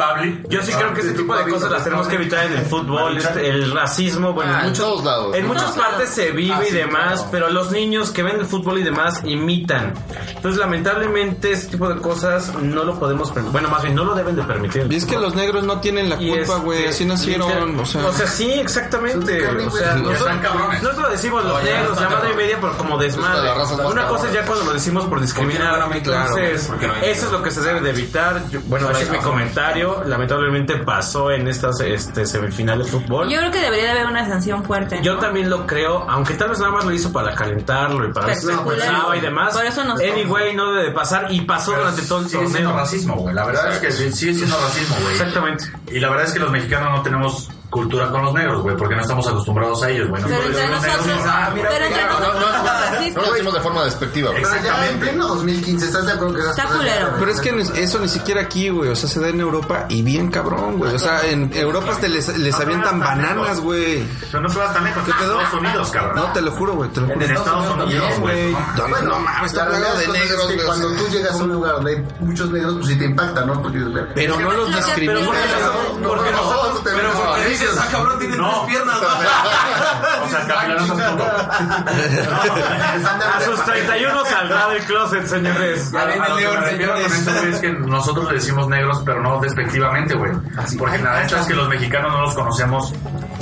Yo sí creo que ese tipo de cosas las tenemos que evitar en el fútbol, este, el racismo, bueno,
Ah, en
muchos
todos lados.
en muchas partes se vive
Ah,
y
sí,
demás,
claro.
pero los niños que ven el fútbol y demás imitan. Entonces, lamentablemente, este tipo de cosas no lo podemos permitir. Bueno, más bien, no lo deben de permitir.
Y es que los negros no tienen la
Y
culpa, güey.
este,
así nacieron.
literal-
O sea,
sí, exactamente. O sea,
Ya están
nosotros,
cabrones.
nosotros decimos los
No, ya
negros, la
están
madre y
cabrones.
media por como desmadre.
las razas más
Una cosa es
cabrones.
ya cuando lo decimos por discriminar.
Porque no hay claro,
Entonces,
porque no hay
eso es lo que se debe de evitar. Yo- bueno, ese es mi comentario. Lamentablemente pasó en estas este, semifinales de fútbol.
Yo creo que debería de haber una sanción fuerte.
Yo también lo creo, aunque tal vez nada más lo hizo para calentarlo y para ver si se
Especular.
impulsaba y demás.
Por eso nos-
Anyway, no debe de pasar y pasó durante todo el
Sigue siendo
torneo.
racismo, güey. La verdad es que sí- sigue siendo racismo, güey.
Exactamente.
Y la verdad es que los mexicanos no tenemos cultura con los negros, güey, porque no estamos acostumbrados a ellos, güey.
Pero
Nosotros
entre
los negros
nosotros,
decimos, ah, mira,
pero entre
mira,
No,
nosotros
no, no,
somos
no lo
racistas.
decimos de forma despectiva. güey.
Pero ya en
Exactamente.
pleno 2015, ¿estás de acuerdo que esas
Está
cosas ya-
culero.
Pero es que ni- eso ni siquiera aquí, güey. O sea, se da en Europa y bien cabrón, güey. O sea, en Europa hasta les, les avientan bananas, güey.
Pero no se vas tan lejos.
quedó?
Estados Unidos, cabrón.
No, te lo juro, güey. Te lo
En
juro.
Estados Unidos, güey. no mames.
No, no mames,
la
está
realidad
hablando de
de cosas
negros,
es que
güey.
cuando tú llegas a un lugar donde hay muchos negros, pues sí te impacta, ¿no? Porque,
Pero no los
Pero
discriminan.
¿por qué
no, no, no, no, te-
Pero porque dices, ah, cabrón, tiene
No.
tres piernas, ¿no?
O sea, capilanos a
A sus 31 saldrá del closet, señores.
A, a lo que me refiero con esto, güey, es que nosotros le decimos negros, pero no despectivamente, güey. Porque la neta es que los mexicanos no los conocemos.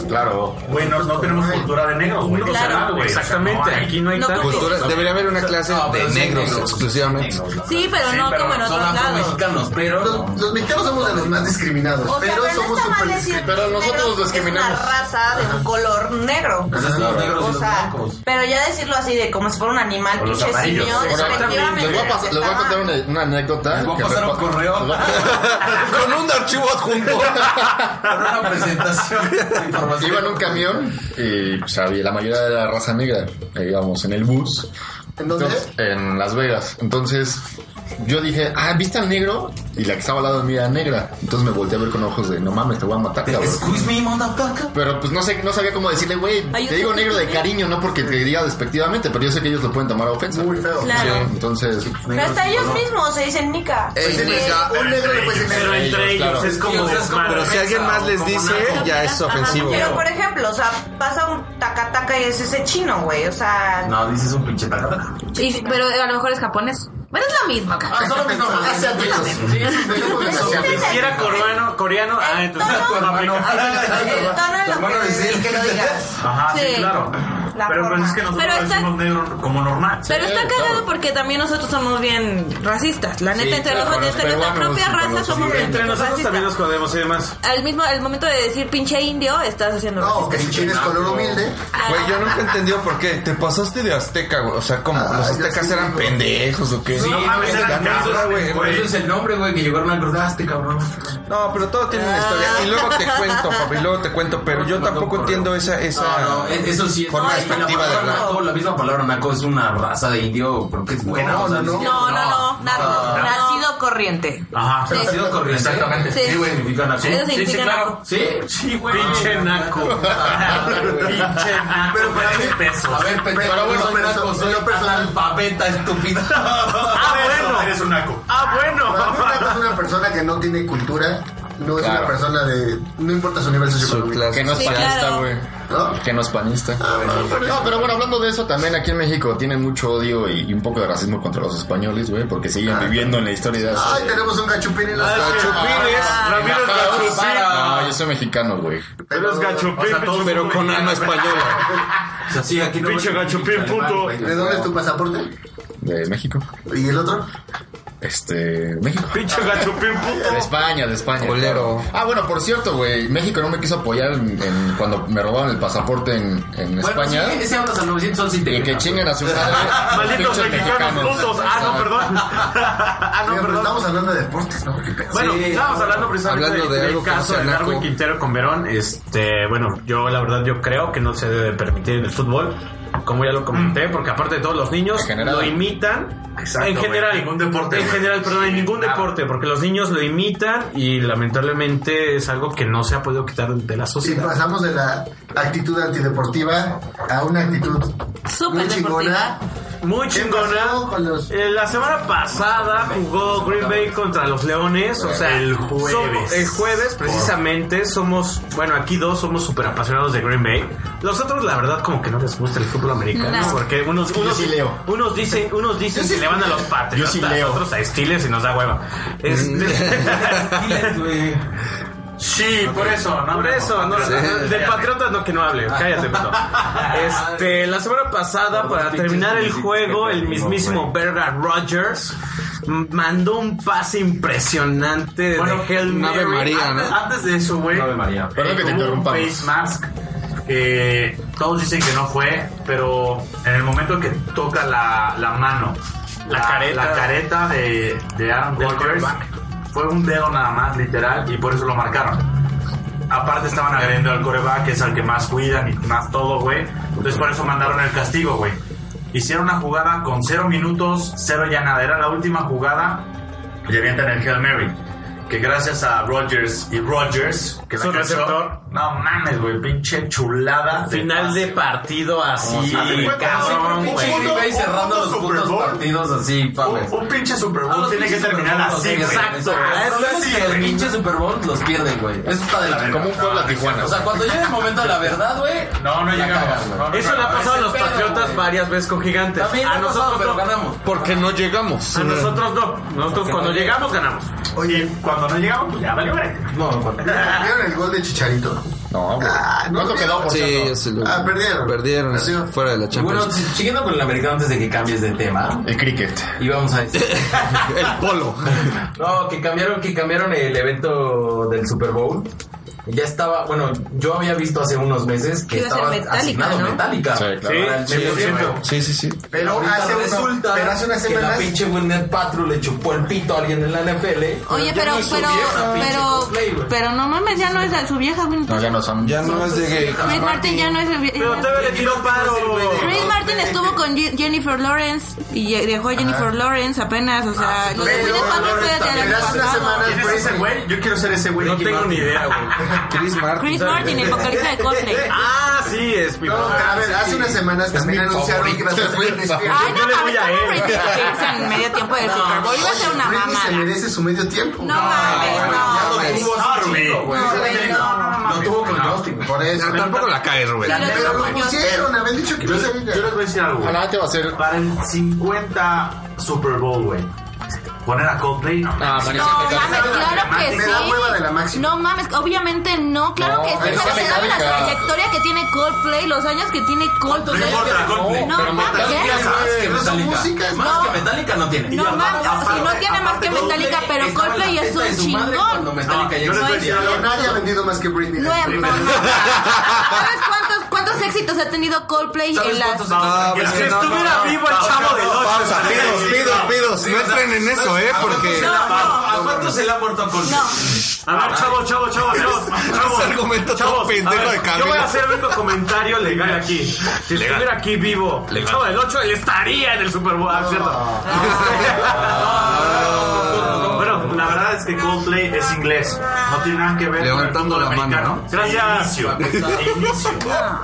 Claro.
Güey, no, no tenemos cultura de negros, güey.
Claro.
Nacional, güey. O sea,
Exactamente,
no hay.
aquí no hay
No
tal.
creo-
Cultura- Pues debería haber una clase
No, pero
de
sí,
negros
negros.
exclusivamente.
Negros, la verdad.
Sí, pero
Sí,
no
pero
como en
Son
otros lados.
afromexicanos, pero
Los, los mexicanos somos de los más discriminados,
O sea,
pero
pero no
somos
está mal
súper
decir
discriminados.
que
Pero
los
nosotros
negros
los discriminamos.
Es una raza de un color negro.
Pues es los negros y
O
los
sea,
blancos.
pero ya decirlo así de como si fuera un animal,
O los
pinche
amarillos.
simio,
Ahora,
efectivamente,
les voy a, pasar- les voy a
está
contar
mal.
una, una anécdota.
Les voy a
que
pasar un
recuerdo-
correo.
Les voy a-
Con un archivo adjunto.
Con una presentación de información.
Iba en un camión y pues, había- la mayoría de la raza negra, eh, íbamos en el bus.
¿En dónde?
Entonces, en Las Vegas. Entonces yo dije, ah, ¿viste al negro? Y la que estaba al lado de mí era negra. Entonces me volteé a ver con ojos de, no mames, te voy a matar, cabrón.
Excuse me, motherfucker.
Pero pues no sé, no sabía cómo decirle, güey,
Ay,
te digo
yo-
negro de cariño, no porque te diga despectivamente, pero yo sé que ellos lo pueden tomar a ofensa.
Muy feo.
Sí,
Claro.
entonces,
Pero hasta ellos mismos se dicen nica.
Pues
Ey, nega.
Un negro le puede decir
Pero
negro.
entre
Ellos,
ellos
claro.
es como
Sí, o sea, es como-
desmadre.
Pero si alguien más les dice, ya es ofensivo.
Pero por ejemplo, o sea, pasa un tacataca y es ese chino, güey. O
Ah.
sea,
No, dices un pinche tacata.
Y- pero
a lo mejor es japonés.
bueno, es la misma,
Ah, solo que estamos
asiáticos.
Sí,
Si hiciera coreano, coreano, ah, entonces
No, no,
no aplica.
El tono en
Tu hermano
lo que,
decía.
que lo digas.
Ajá, sí,
Sí.
claro.
La
Pero pues
forma.
es que nosotros
Pero
lo
está-
decimos negro como normal.
Pero está
claro.
cagado porque también nosotros somos bien racistas. La neta,
Sí,
entre
claro,
nosotros,
los
entre nuestra
peruanos,
propia
con
raza,
los-
somos
sí,
bien
Entre nosotros
racistas.
también nos jodemos y demás.
Al mismo al momento de decir pinche indio, estás haciendo
No,
racista.
que si tienes color humilde.
Güey, yo nunca he entendido por qué. Te pasaste de azteca, güey. O sea, como
Ah,
los
yo
aztecas
sí,
eran
güey.
pendejos o qué.
no mames,
güey,
eran
la neta,
cabros,
güey.
Ah, Por eso es el nombre, güey, que llegaron al cruzaste, cabrón.
No, pero todo tiene una historia. Y luego te cuento, papi, y luego te cuento. Pero yo tampoco entiendo esa... esa...
No, no, e- eso sí. es-
Forma
no, y
despectiva
la
de
palabra
hablar.
naco, La misma palabra naco es una raza de indio, creo que es buena.
No,
o sea,
no,
ni
no.
siquiera-
No, no, no, naco.
no.
Nacido corriente.
Ajá.
Sí.
Nacido corriente.
Exactamente.
Sí.
Sí, güey, significa naco.
Eso significa naco.
Sí,
Sí, güey. Pinche naco. Pinche naco.
Pero para mí,
pesos.
A ver, pendejo,
Pero bueno,
soy
pero-
naco, soy
pero personal.
analfabeta, estúpido.
Ah, bueno.
Eres un naco.
Ah,
Para mí, una cosa es
bueno.
una persona que no tiene cultura, no es
Claro.
una persona de. No importa su nivel
Su
socioeconómico. Ah,
clase
que no es
Sí,
panista,
claro.
güey.
¿no?
Que no es panista. No, pero bueno, hablando de eso, también aquí en México tienen mucho odio y, y un poco de racismo contra los españoles, güey, porque siguen viviendo en la historia de hace-
Ay, tenemos un gachupín en
Ah,
la Ah,
es que Chupines, Ramírez
No, Ah, yo
Gachupín.
soy mexicano, güey.
Pero es Gachupín, pinche
Pero con
puto.
alma española.
O sea, sí, aquí no
Pinche
ves-
gachupín, puto.
güey.
¿De dónde es tu pasaporte?
De México.
¿Y el otro?
Este, México.
Pinche Gachupín,
De
puto.
España, de España.
Culero.
claro. Ah, bueno, por cierto, güey, México no me quiso apoyar en, en- cuando me robaron el pasaporte en,
Bueno,
en España.
sí, ese hablas al 900 son sin
Y que chinguen a su madre.
Malditos
pinches
mexicanos putos. Ah, no, perdón. Ah, no,
Mira, pero
perdón.
estamos hablando de deportes, ¿no? ¿Qué pedo?
Bueno,
Sí,
estábamos hablando precisamente
hablando de
del
algo que no
caso
sea
de
naco.
Darwin Quintero con Verón. Este, bueno, yo la verdad yo creo que no se debe permitir en el fútbol, como ya lo comenté, porque aparte de todos los niños
En general.
lo imitan.
Exacto,
en
güey,
general,
ningún deporte,
En
güey.
general, perdón, en ningún
Nada.
deporte, porque los niños lo imitan y lamentablemente es algo que no se ha podido quitar de la
Si
sociedad.
pasamos de la actitud antideportiva a una actitud
Súper
muy chingona,
deportiva.
muy chingona.
pasó con los-
Eh, la semana pasada jugó Green Bay contra los Leones, o sea,
El jueves.
somos- el jueves precisamente somos, bueno, aquí dos somos súper apasionados de Green Bay. Los otros la verdad como que no les gusta el fútbol americano,
No.
porque unos
que yo
unos,
sí leo.
unos dicen, unos dicen
Yo sí-
que le van a los
yo
Patriotas,
sí leo.
otros a Steelers y nos da hueva. Este-
Sí, por eso, no
Por eso, no, no, del patriota no que no hable, cállate, puto. Este, la semana pasada, para terminar el juego, el mismísimo Berger Rogers m- mandó un pase impresionante
Bueno,
de Hail
un Ave
Mary.
María, ¿no?
Antes de eso, güey.
Ave María.
Eh,
Perdón que te
hubo un
interrumpamos.
Face mask. que todos dicen que no fue, pero en el momento que toca la, la mano,
La careta.
la careta de, de Aaron
Del
Rodgers,
quarterback.
fue un dedo nada más, literal, y por eso lo marcaron. Aparte estaban agrediendo al coreback, que es al que más cuidan y más todo, güey. Entonces por eso mandaron el castigo, güey. Hicieron una jugada con cero minutos, cero ya nada. Era la última jugada y avientan el Hail Mary. Que gracias a Rogers y Rogers, que
Su
la cachó.
receptor.
No mames, güey, pinche chulada.
Final de partido así,
Sí,
cabrón,
pinche
güey.
Green Bay
Ahí Pues, cerrando los
Super
putos
Bowl.
partidos así, pames.
Un, un pinche Super
Ah,
Bowl
los
tiene que
pinches Super
terminar
Bowl,
así,
sí,
güey.
Exacto.
Ah,
El
es
problema es
así,
que los
güey.
pinches Super Bowl los pierden, güey. Eso está de la verga.
Como un pueblo a Tijuana.
O sea, cuando llega el momento de la verdad, güey.
No, no
la cagas,
llegamos.
güey.
No, no,
Eso
no,
le ha
no,
pasado a
ese
los
pedo,
patriotas
güey.
varias veces con gigantes.
También
A
ha pasado, pero
nosotros no.
ganamos.
Porque no llegamos.
A nosotros no. Nosotros cuando
no
llegamos ganamos.
Oye, cuando no llegamos, pues ya valió, güey.
¿Vieron el gol de Chicharito?
No, güey.
Ah, no,
¿Cuánto
no,
quedó, por
Sí,
cierto?
ya se lo-
Ah, perdieron.
Perdieron, sí,
Perdió.
fuera de la
Y Bueno,
Champions.
si- siguiendo con el americano antes de que cambies de tema,
El cricket.
íbamos a decir.
El polo.
No, que cambiaron, que cambiaron el evento del Super Bowl. Ya estaba, bueno, yo había visto hace unos meses que
Iba a ser
estaba
Metallica,
asignado
¿no?
Metallica.
Sí, claro.
Para el
Sí,
medio
sí,
tiempo.
Sí,
sí.
sí, sí.
Pero
Ahorita
hace, uno-
resulta
pero hace unas
que la
semanas.
pinche Gwyneth Paltrow le chupó el pito a alguien en la NFL.
Oye, pero,
ya ni
pero,
subieron a pinche
pero,
cosplay, güey.
pero no mames, ya no es la- su vieja, güey.
No, ya no son.
Ya no
Pues
es de que.
Chris Martin ya no es su vieja.
Pero todavía le tiró paro.
Chris Martin estuvo con Ye- Jennifer Lawrence y ye- dejó a Jennifer Lawrence apenas, o sea, lo de
Pero-
Gwyneth Paltrow fue desde el
Pero
año
hace unas
pasado.
semanas,
¿Quién es ese güey? Yo quiero ser ese güey.
No
Ricky
tengo ni
Martin.
idea, güey.
Chris Martin.
Chris Martin, el vocalista de Coldplay.
Ah, sí, es mi
No,
papá.
a ver, hace unas semanas también anunciaron que iba a ser Britney Spears.
Ay, no
yo le voy
mames,
a
¿cómo
él.
Britney Spears en medio tiempo del Super Bowl? Iba a ser una
Britney
mamada.
se merece su medio tiempo.
No mames, no.
mames.
No tuvo con Justin.
Por eso.
Ah, Tampoco la caes, Rubén.
Sí, lo
Pero
tuvo
lo
con Justin.
pusieron, habían dicho que no se
Yo les
diga.
voy a decir algo. güey.
Adelante Ah, va a ser.
Para el 50 Super Bowl, güey. Poner a Coldplay, no.
Ah,
No mames, claro que
Me da hueva de la
sí.
máxima.
No mames, obviamente no, claro que sí.
pero
Pero
sí
se sabe la
Metallica.
trayectoria que tiene Coldplay, los años que tiene Coldplay.
No importa, Coldplay.
No mames, ¿eh?
Metallica es más que
Pero son
Metallica.
músicas,
Más
no.
que Metallica no tiene.
No mames, si no tiene más que
Coldplay
Metallica, pero
estaba en la
Coldplay es
fiesta de
un
su madre cuando
chingón.
Metallica
No,
ya
yo les voy a
existía.
decir algo.
Nadie ha vendido más que Britney.
No, no, no, no. ¿Sabes cuántos, cuántos éxitos ha tenido Coldplay
¿Sabes
en las...
cuántos
Ah,
Es
pues
que
que no,
estuviera
no, no.
vivo el chavo del Ocho.
Pausa, pidos, pidos, pidos. No entren en eso, ¿eh? Porque
No, no,
¿A cuánto se le ha muerto a Coldplay?
no.
A ver, chavos, chavos, chavos, chavos. chavos,
Ese argumento todo
chavos,
pendejo
a ver,
de Camila.
Yo voy a hacer un comentario legal aquí. Si estuviera aquí vivo, el chavo del 8 estaría en el Super Bowl. Ah, cierto.
Bueno, la verdad es que Coldplay es inglés. No tiene nada que ver con el
Levantando
fútbol
la mano,
americano.
¿no?
Gracias. Inicio. Inicio.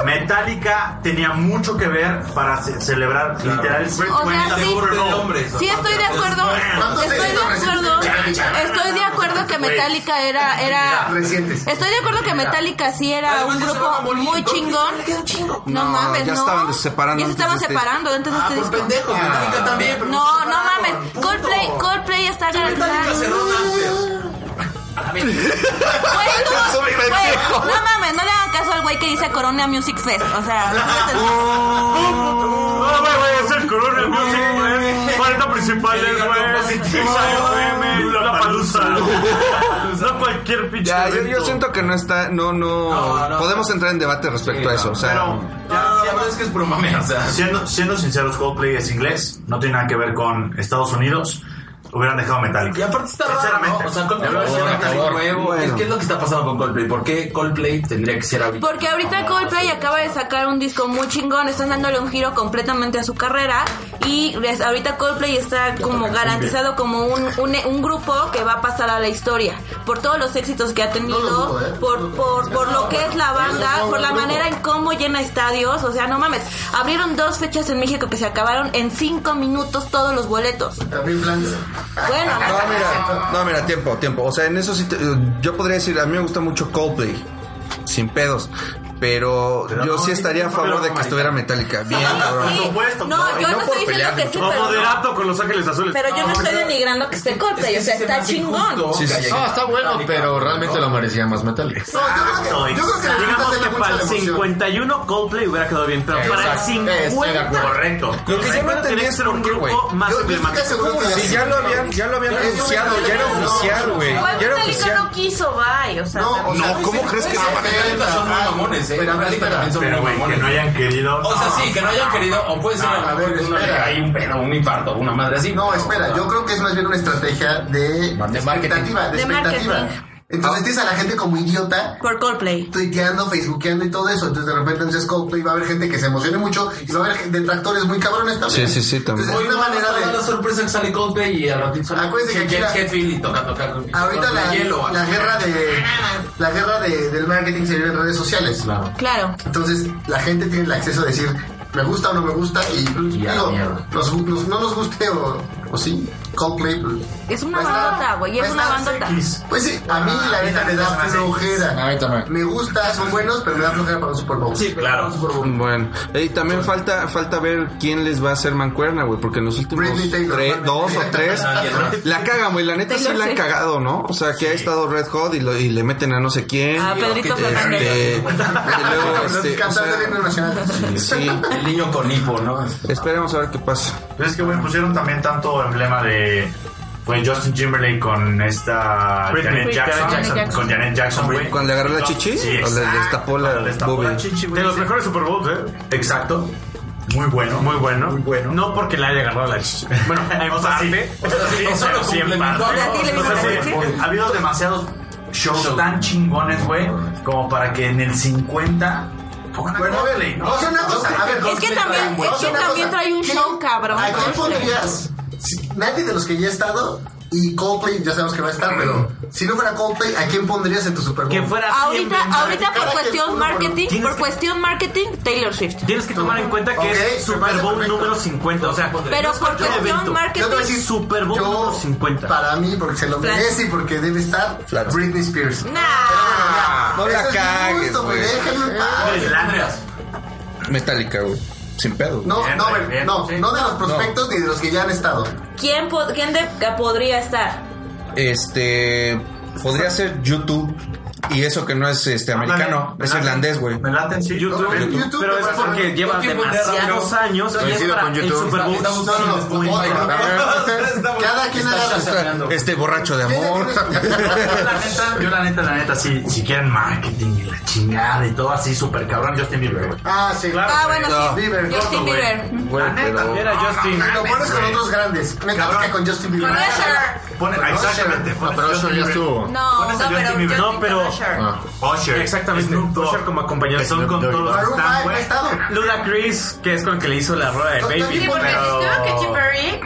Metallica tenía mucho que ver para ce- celebrar literal el
O sea,
50
sí,
Super Bowl.
sí estoy de acuerdo, estoy de acuerdo, estoy de acuerdo que
Pues,
Metallica era, era,
Recientes.
estoy de acuerdo que Metallica sí era un grupo muy chingón, no
No,
mames,
ya
no,
estaban separando
ya se
antes
estaban
de este-
separando antes de
Ah,
este
por
disco,
pendejos, Metallica también. pero
no,
se
no
separaron,
mames,
punto.
Coldplay, Coldplay está
Metallica
garantizado.
cerró antes.
Güey, tú-
Es un
güey,
pendejo.
No mames, no le hagan caso al güey que dice Corona Music Fest. O sea,
No, güey, güey, es el Corona Music, güey. 40 principales, güey. XFM, La Palusa. No cualquier pinche.
Ya, yo,
evento.
yo siento que no está, no, no,
No, no.
podemos entrar en debate respecto a eso. O sea,
Pero
Ya, ya ves que es puro mame, o sea.
siendo, siendo sinceros, Coldplay es inglés. No tiene nada que ver con Estados Unidos. Hubieran dejado
Y
Metallica.
aparte está raro,
Sinceramente.
¿no? O sea, Coldplay
Por
no
favor,
es
por favor.
nuevo.
Bueno.
¿Qué es lo que está pasando con Coldplay? ¿Por qué Coldplay tendría que ser ahorita?
porque ahorita Coldplay acaba de sacar un disco muy chingón. Están dándole un giro completamente a su carrera. Y es- ahorita Coldplay está como garantizado como un, un, un grupo que va a pasar a la historia por todos los éxitos que ha tenido,
No lo dudo, ¿eh?
por, por, por lo que es la banda, por la
no, no.
manera en cómo llena estadios. O sea, no mames, abrieron dos fechas en México que se acabaron en cinco minutos todos los boletos.
También Flans.
Bueno,
No, mira, no, mira, tiempo, tiempo. O sea, en eso sí, te- yo podría decir, a mí me gusta mucho Coldplay, sin pedos. Pero, yo sí estaría a favor de que estuviera Metallica. Bien, cabrón.
sí.
supuesto,
no,
claro.
yo
Y
no,
no por
estoy diciendo
pelear,
que
¿no?
sí,
O
pero,
moderato con los ángeles azules.
pero yo no estoy denigrando que esté Coldplay, o sea, está chingón.
Sí, sí, sí.
No, Ah, está bueno, pero realmente lo merecía más Metallica.
No, yo creo que, yo creo que la neta
Digamos
tiene
que
mucha
para el
emoción.
51 Coldplay hubiera quedado bien, pero para el
Exacto. Estoy de
50
acuerdo.
Correcto.
Lo que yo no entendí es por qué, güey.
más
Yo- yo estoy
emblemático.
seguro que
Si
sí.
ya lo habían, ya lo habían anunciado, ya era oficial, güey.
Igual
Ya era
Metallica
oficial.
no quiso, bye. O sea,
No, o sea,
No,
Pues,
¿cómo crees que
espera,
no?
Metallica son muy mamones, eh.
Espera,
Metallica
espera.
también son muy
Pero, güey, que
mamones.
no hayan querido.
O sea, sí, que no hayan querido, o puede ser
No,
a lo
Ah, a ver,
mejor que uno le
espera.
cae un pedo, un infarto, una madre así.
No, espera, yo creo que es más bien una estrategia de,
marketing.
expectativa, de,
De
expectativa.
marketing.
Entonces tienes a la gente como idiota
Por Coldplay.
tuiteando, facebookeando y todo eso. Entonces de repente entonces Coldplay va a haber gente que se emocione mucho y va a haber gen- detractores muy cabrones también.
Sí, sí, sí, también.
Entonces, es una manera de...
la sorpresa que sale Coldplay y al ratito sale
Acuérdense que aquí
James
la-
Hetfield y toca, toca.
Ahorita la,
hielo,
la guerra de la guerra de- del marketing se vive en redes sociales.
Claro.
Claro.
Entonces la gente tiene el acceso a decir me gusta o no me gusta y pues,
Ya,
digo,
mierda.
nos- nos- no nos guste o, o sí, Coldplay. pues,
Es una
va a estar-
bandota,
va
güey, es
a
una
estar
bandota.
X. Pues sí, a mí
Ah,
la neta me da
A
flojera.
mí también.
Me gusta, son buenos, pero me da flojera para un Super Bowl.
Sí, claro.
Bueno, y también falta falta ver quién les va a hacer mancuerna, güey, porque en los últimos
Britney Taylor,
tres-
Britney
dos o
Taylor.
tres la cagan, güey, la neta sí
Taylor,
la han
sí.
cagado, ¿no? O sea, que ha estado Red Hot y, lo- y le meten a no sé quién.
A Ah, Pedrito
Este,
Fernández.
y luego, este, o
Cantando el himno
sea,
nacional.
sí,
El niño con hipo, ¿no?
esperemos a ver qué pasa.
Pero es que, güey, pusieron también tanto emblema de. Fue Justin Timberlake con esta.
Britney.
Janet Jackson.
Janet Jackson.
Con Janet Jackson, güey.
Cuando le agarró la chichi,
Sí,
o le
exacto,
destapó la
cuando le destapó la
boobie.
chichi, güey,
De los
sí.
mejores Super Bowls, ¿eh?
Exacto. Muy bueno.
Muy bueno.
Muy bueno.
No porque le haya agarrado la chicha. Bueno, en
O sea, sí.
parte.
O sea, sí,
O sea,
solo
sí, en
complementó.
parte.
¿A ti le
O
vino
sea,
la
sí,
leche?
ha habido demasiados shows tan chingones, güey, como para que en el 50 pongan a
Bueno, a
Coldplay,
ver,
¿no?
o sea, una cosa, a ver,
Es que también,
Vamos
es
a
que
una
también
cosa.
trae un
¿Quién-
show cabrón.
¿A quién
Coldplay.
pondrías? Si- nadie de los que ya he estado y Coldplay ya sabemos que va a estar, pero si no fuera Coldplay, ¿a quién pondrías en tu Super Bowl?
Que fuera
Ahorita,
siempre-
ahorita
Cada
por
quien
cuestión
pone por lo-
marketing,
Tienes
por
que-
cuestión marketing, Taylor Swift.
Tienes que tomar en cuenta que
Ok,
es
me
Super
parece
Bowl
perfecto.
número 50. O sea,
Pero por cuestión
evento.
Yo te voy a
marketing.
decir,
Super Bowl
yo,
número 50.
Para mí, porque se lo
Flash.
merece y porque debe estar
Flash.
Britney Spears. Ah,
Nah.
No la
Eso es mi
cagues,
gusto, güey,
güey.
déjenme en paz.
El Andreas.
Metallica, güey, sin pedos.
No,
Bien,
no, a ver,
bien,
no,
sí.
no de los prospectos ni de los que ya han estado.
¿Quién, pod- quién de- que podría estar?
Este podría ser YouTube y eso que no es
Ah,
este americano,
Ándale,
es
me late.
irlandés, güey.
Me laten, sí.
YouTube,
No, pero YouTube
pero
te
es
pasa-
porque lleva
YouTube,
demasiados
pero-
años y es
Coincido
para
con
el
YouTube.
Super Bowl.
Está
No, no, no,
buscando
otro,
los
¿verdad? este, Cada quien haga las
Este borracho de amor.
Yo la neta, yo la neta, la neta, sí, si quieren marketing y la chingada y todo así, súper cabrón, Justin Bieber, güey.
Ah, sí, claro.
Ah, bueno,
no.
sí.
Bieber,
Justin
gordo,
Bieber.
Güey,
La neta,
pero-
Era Justin.
Lo pones con
güey.
otros grandes. Me
Cabrón.
encanta con Justin Bieber. Ah,
Con Usher.
Pone- exactamente.
No,
pones
pero eso
Justin
ya
Bieber.
estuvo.
No,
Pones a
no, pero.
Justin Bieber.
No, pero-
Ah.
Usher.
Exactamente.
Snoop Dogg.
Usher como acompañante. Son con
Snoop Dogg.
todos los
Maroon
que
five,
están,
ahí
güey.
está.
Luda Chris, que es con el que le hizo la rueda de
Los
Baby.
Sí, porque
Pero-
si estuvo Katy Perry,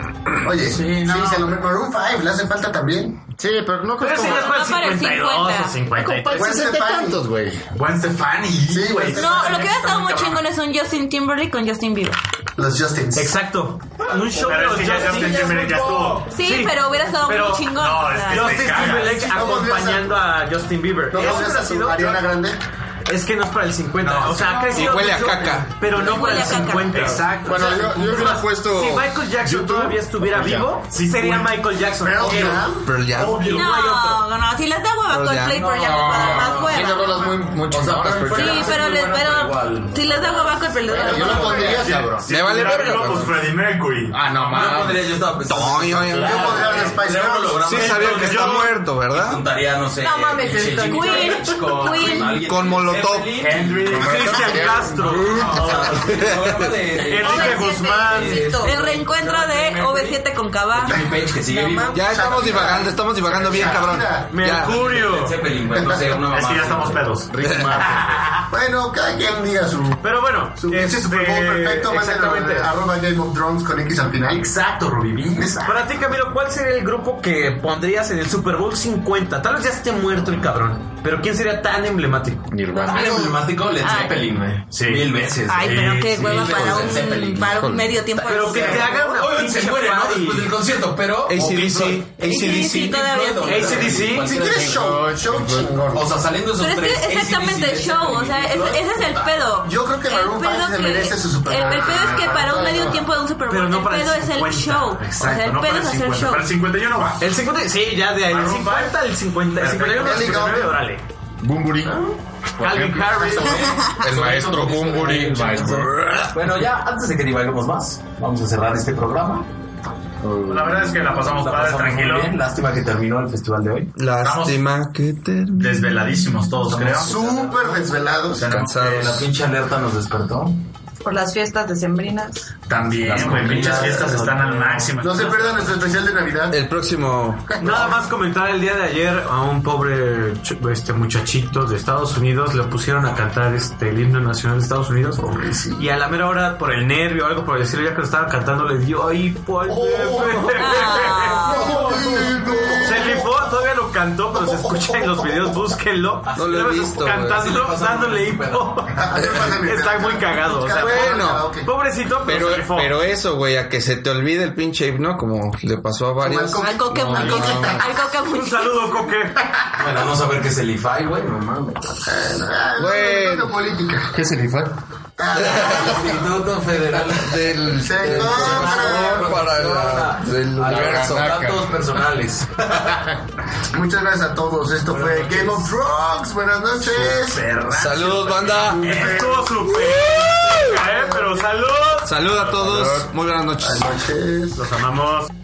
Oye,
Sí,
sí,
no.
se lo mete Maroon 5, le hace falta también.
Sí, pero no
Pero
costó.
ese ya es
No,
para
para
el
el
52 o 53.
Gwen
sesenta y
Stefani.
tantos, güey.
Gwen Stefani.
Sí, güey.
No, lo que hubiera estado muy chingón es un Justin Timberlake con Justin Bieber.
Los Justins.
Exacto. Un show de
Pero
los
es que ya
Justin.
Justin Timberlake ya estuvo.
Sí,
Sí,
pero hubiera estado
pero-
muy chingón.
no,
o
es
sea.
que-
Yo-
Justin
cagas.
Timberlake
No volvió a ser-
acompañando a Justin Bieber.
¿No
Eso
conoces
hubiera
a
sido-
su Ariana Grande?
Es que no es para el 50.
No,
o sea, ha crecido
Y huele a
mucho,
caca.
Pero no
Y
para
huele
el
a caca.
50.
Exacto.
Bueno,
O sea,
yo, yo hubiera puesto.
Si Michael Jackson todavía estuviera
Oye.
vivo, sería Michael Jackson.
Pearl
Obvio.
Jam.
Pero ya.
Obvio, no hay otro.
No, no, si les da hueva
Pero ya-
Coldplay, pero ya les va a dar más
Tiene
hueva.
rolas muy, muy chingonas, pero
Sí,
ya-
pero
muy
les
bueno, pero
pero.
igual.
Si les da hueva Coldplay, les va a dar
Yo
hueva.
lo pondría, cabrón.
Si
Me vale
estuviera
verga,
vivo,
cabrón.
Pues Freddie Mercury.
Ah, no,
No
mames.
podría, yo estaba pensando.
Ay, ay, ay.
Yo podría hablar de Spice
Luego
Girls.
lo grabamos.
Sí sabía que está
Yo-
muerto, ¿verdad?
Juntaría, no sé.
No mames,
pinche
esto-
Jimmy
Queen,
Page con-
Queen.
con alguien.
Con Molotov.
Zeppelin.
Henry.
Cristian Castro.
O sea, el programa de-
Enrique Guzmán.
El reencuentro de OV7 con Cabá.
Jimmy Page que sigue vivo.
Ya estamos
Shakira.
divagando, estamos divagando bien, cabrón.
Shakira.
Ya.
Mercurio.
Zeppelin, güey, no sé, una
Es
mamá
que ya
así,
estamos
güey.
pedos.
Ricky Martin.
Bueno, cada quien diga su.
Pero bueno,
Su pinche Super Bowl
este,
perfecto, mándenlo
exactamente.
a arroba Game of Thrones con X al final.
Exacto, Ruby. bien, exacto.
Para ti, Camilo, ¿cuál sería el grupo que pondrías en el Super Bowl 50? Tal vez ya esté muerto el cabrón, pero ¿quién sería tan emblemático?
Nirvana.
Algo Ah, emblemático, Led
Ay.
Zeppelin, güey.
Sí.
Mil veces.
Ay,
güey.
pero qué
Mil
hueva
veces
para
Led
un,
Zeppelin.
para un medio tiempo.
Pero que te haga una
Oye, se
pinche
muere, ¿no?
party.
Después del concierto, pero.
ACDC,
Sí,
ACDC.
sí, todavía sí.
AC/DC.
Si quieres show, show chingón.
O sea, saliendo de esos
Pero es
tres.
que exactamente
AC/DC,
el show, o sea, es- ese es el pedo.
Yo creo que
El
Maroon
pedo
five se
que-
merece su Super
el-
Bowl.
El pedo es que para un medio tiempo de un Super
Pero
Bowl,
no
el
para el
pedo es el
50.
show. o sea,
Exacto,
el
no
pedo
para
es
el
hacer
50.
show.
Para el 51 va.
El 50, sí, ya de ahí. El
Maroon
50, el 50, el 51, el 59, órale.
Bumburi.
Calvin Harris.
El maestro Bumburi. El maestro.
Bueno, ya, antes de que divaguemos más, vamos a cerrar este programa.
Pues La verdad es que la pasamos
La
padre,
pasamos muy
tranquilo.
bien. Lástima que terminó el festival de hoy.
Lástima que te...
Desveladísimos todos, creo.
Súper desvelados.
Cansados.
La pinche alerta nos despertó.
Por las fiestas decembrinas.
También, güey, pinches fiestas están al máximo.
No se pierdan nuestro especial de Navidad.
El próximo
Nada más comentar el día de ayer a un pobre ch- este muchachito de Estados Unidos le pusieron a cantar este el himno nacional de Estados Unidos y a la mera hora por el nervio o algo por decirlo ya que lo estaba cantando le dio pues, ahí por
Ah.
Oh.
se rifó todavía lo cantó pero se escucha en los videos búsquenlo
No lo he
Nada más
visto,
cantando dándole hipo está muy cagado o sea,
Bueno.
pobrecito pero,
Pero,
se rifó.
pero eso, güey, a que se te olvide el pinche himno, como le pasó a varios.
Al coque, al coque, al coque
un saludo coque
Bueno, no saber qué es el IFAI, güey, no mames.
Güey,
política. Ah,
¿Qué se le fue?
Instituto Federal
del
Señor,
Senador
para la-
Nacional.
del
Al
universo.
ganar datos personales.
Muchas gracias a todos. Esto fue Game of Thrones. Buenas noches.
Saludos, banda.
estuvo súper eh, pero salud
Salud a todos. Muy buenas noches.
Buenas noches.
los amamos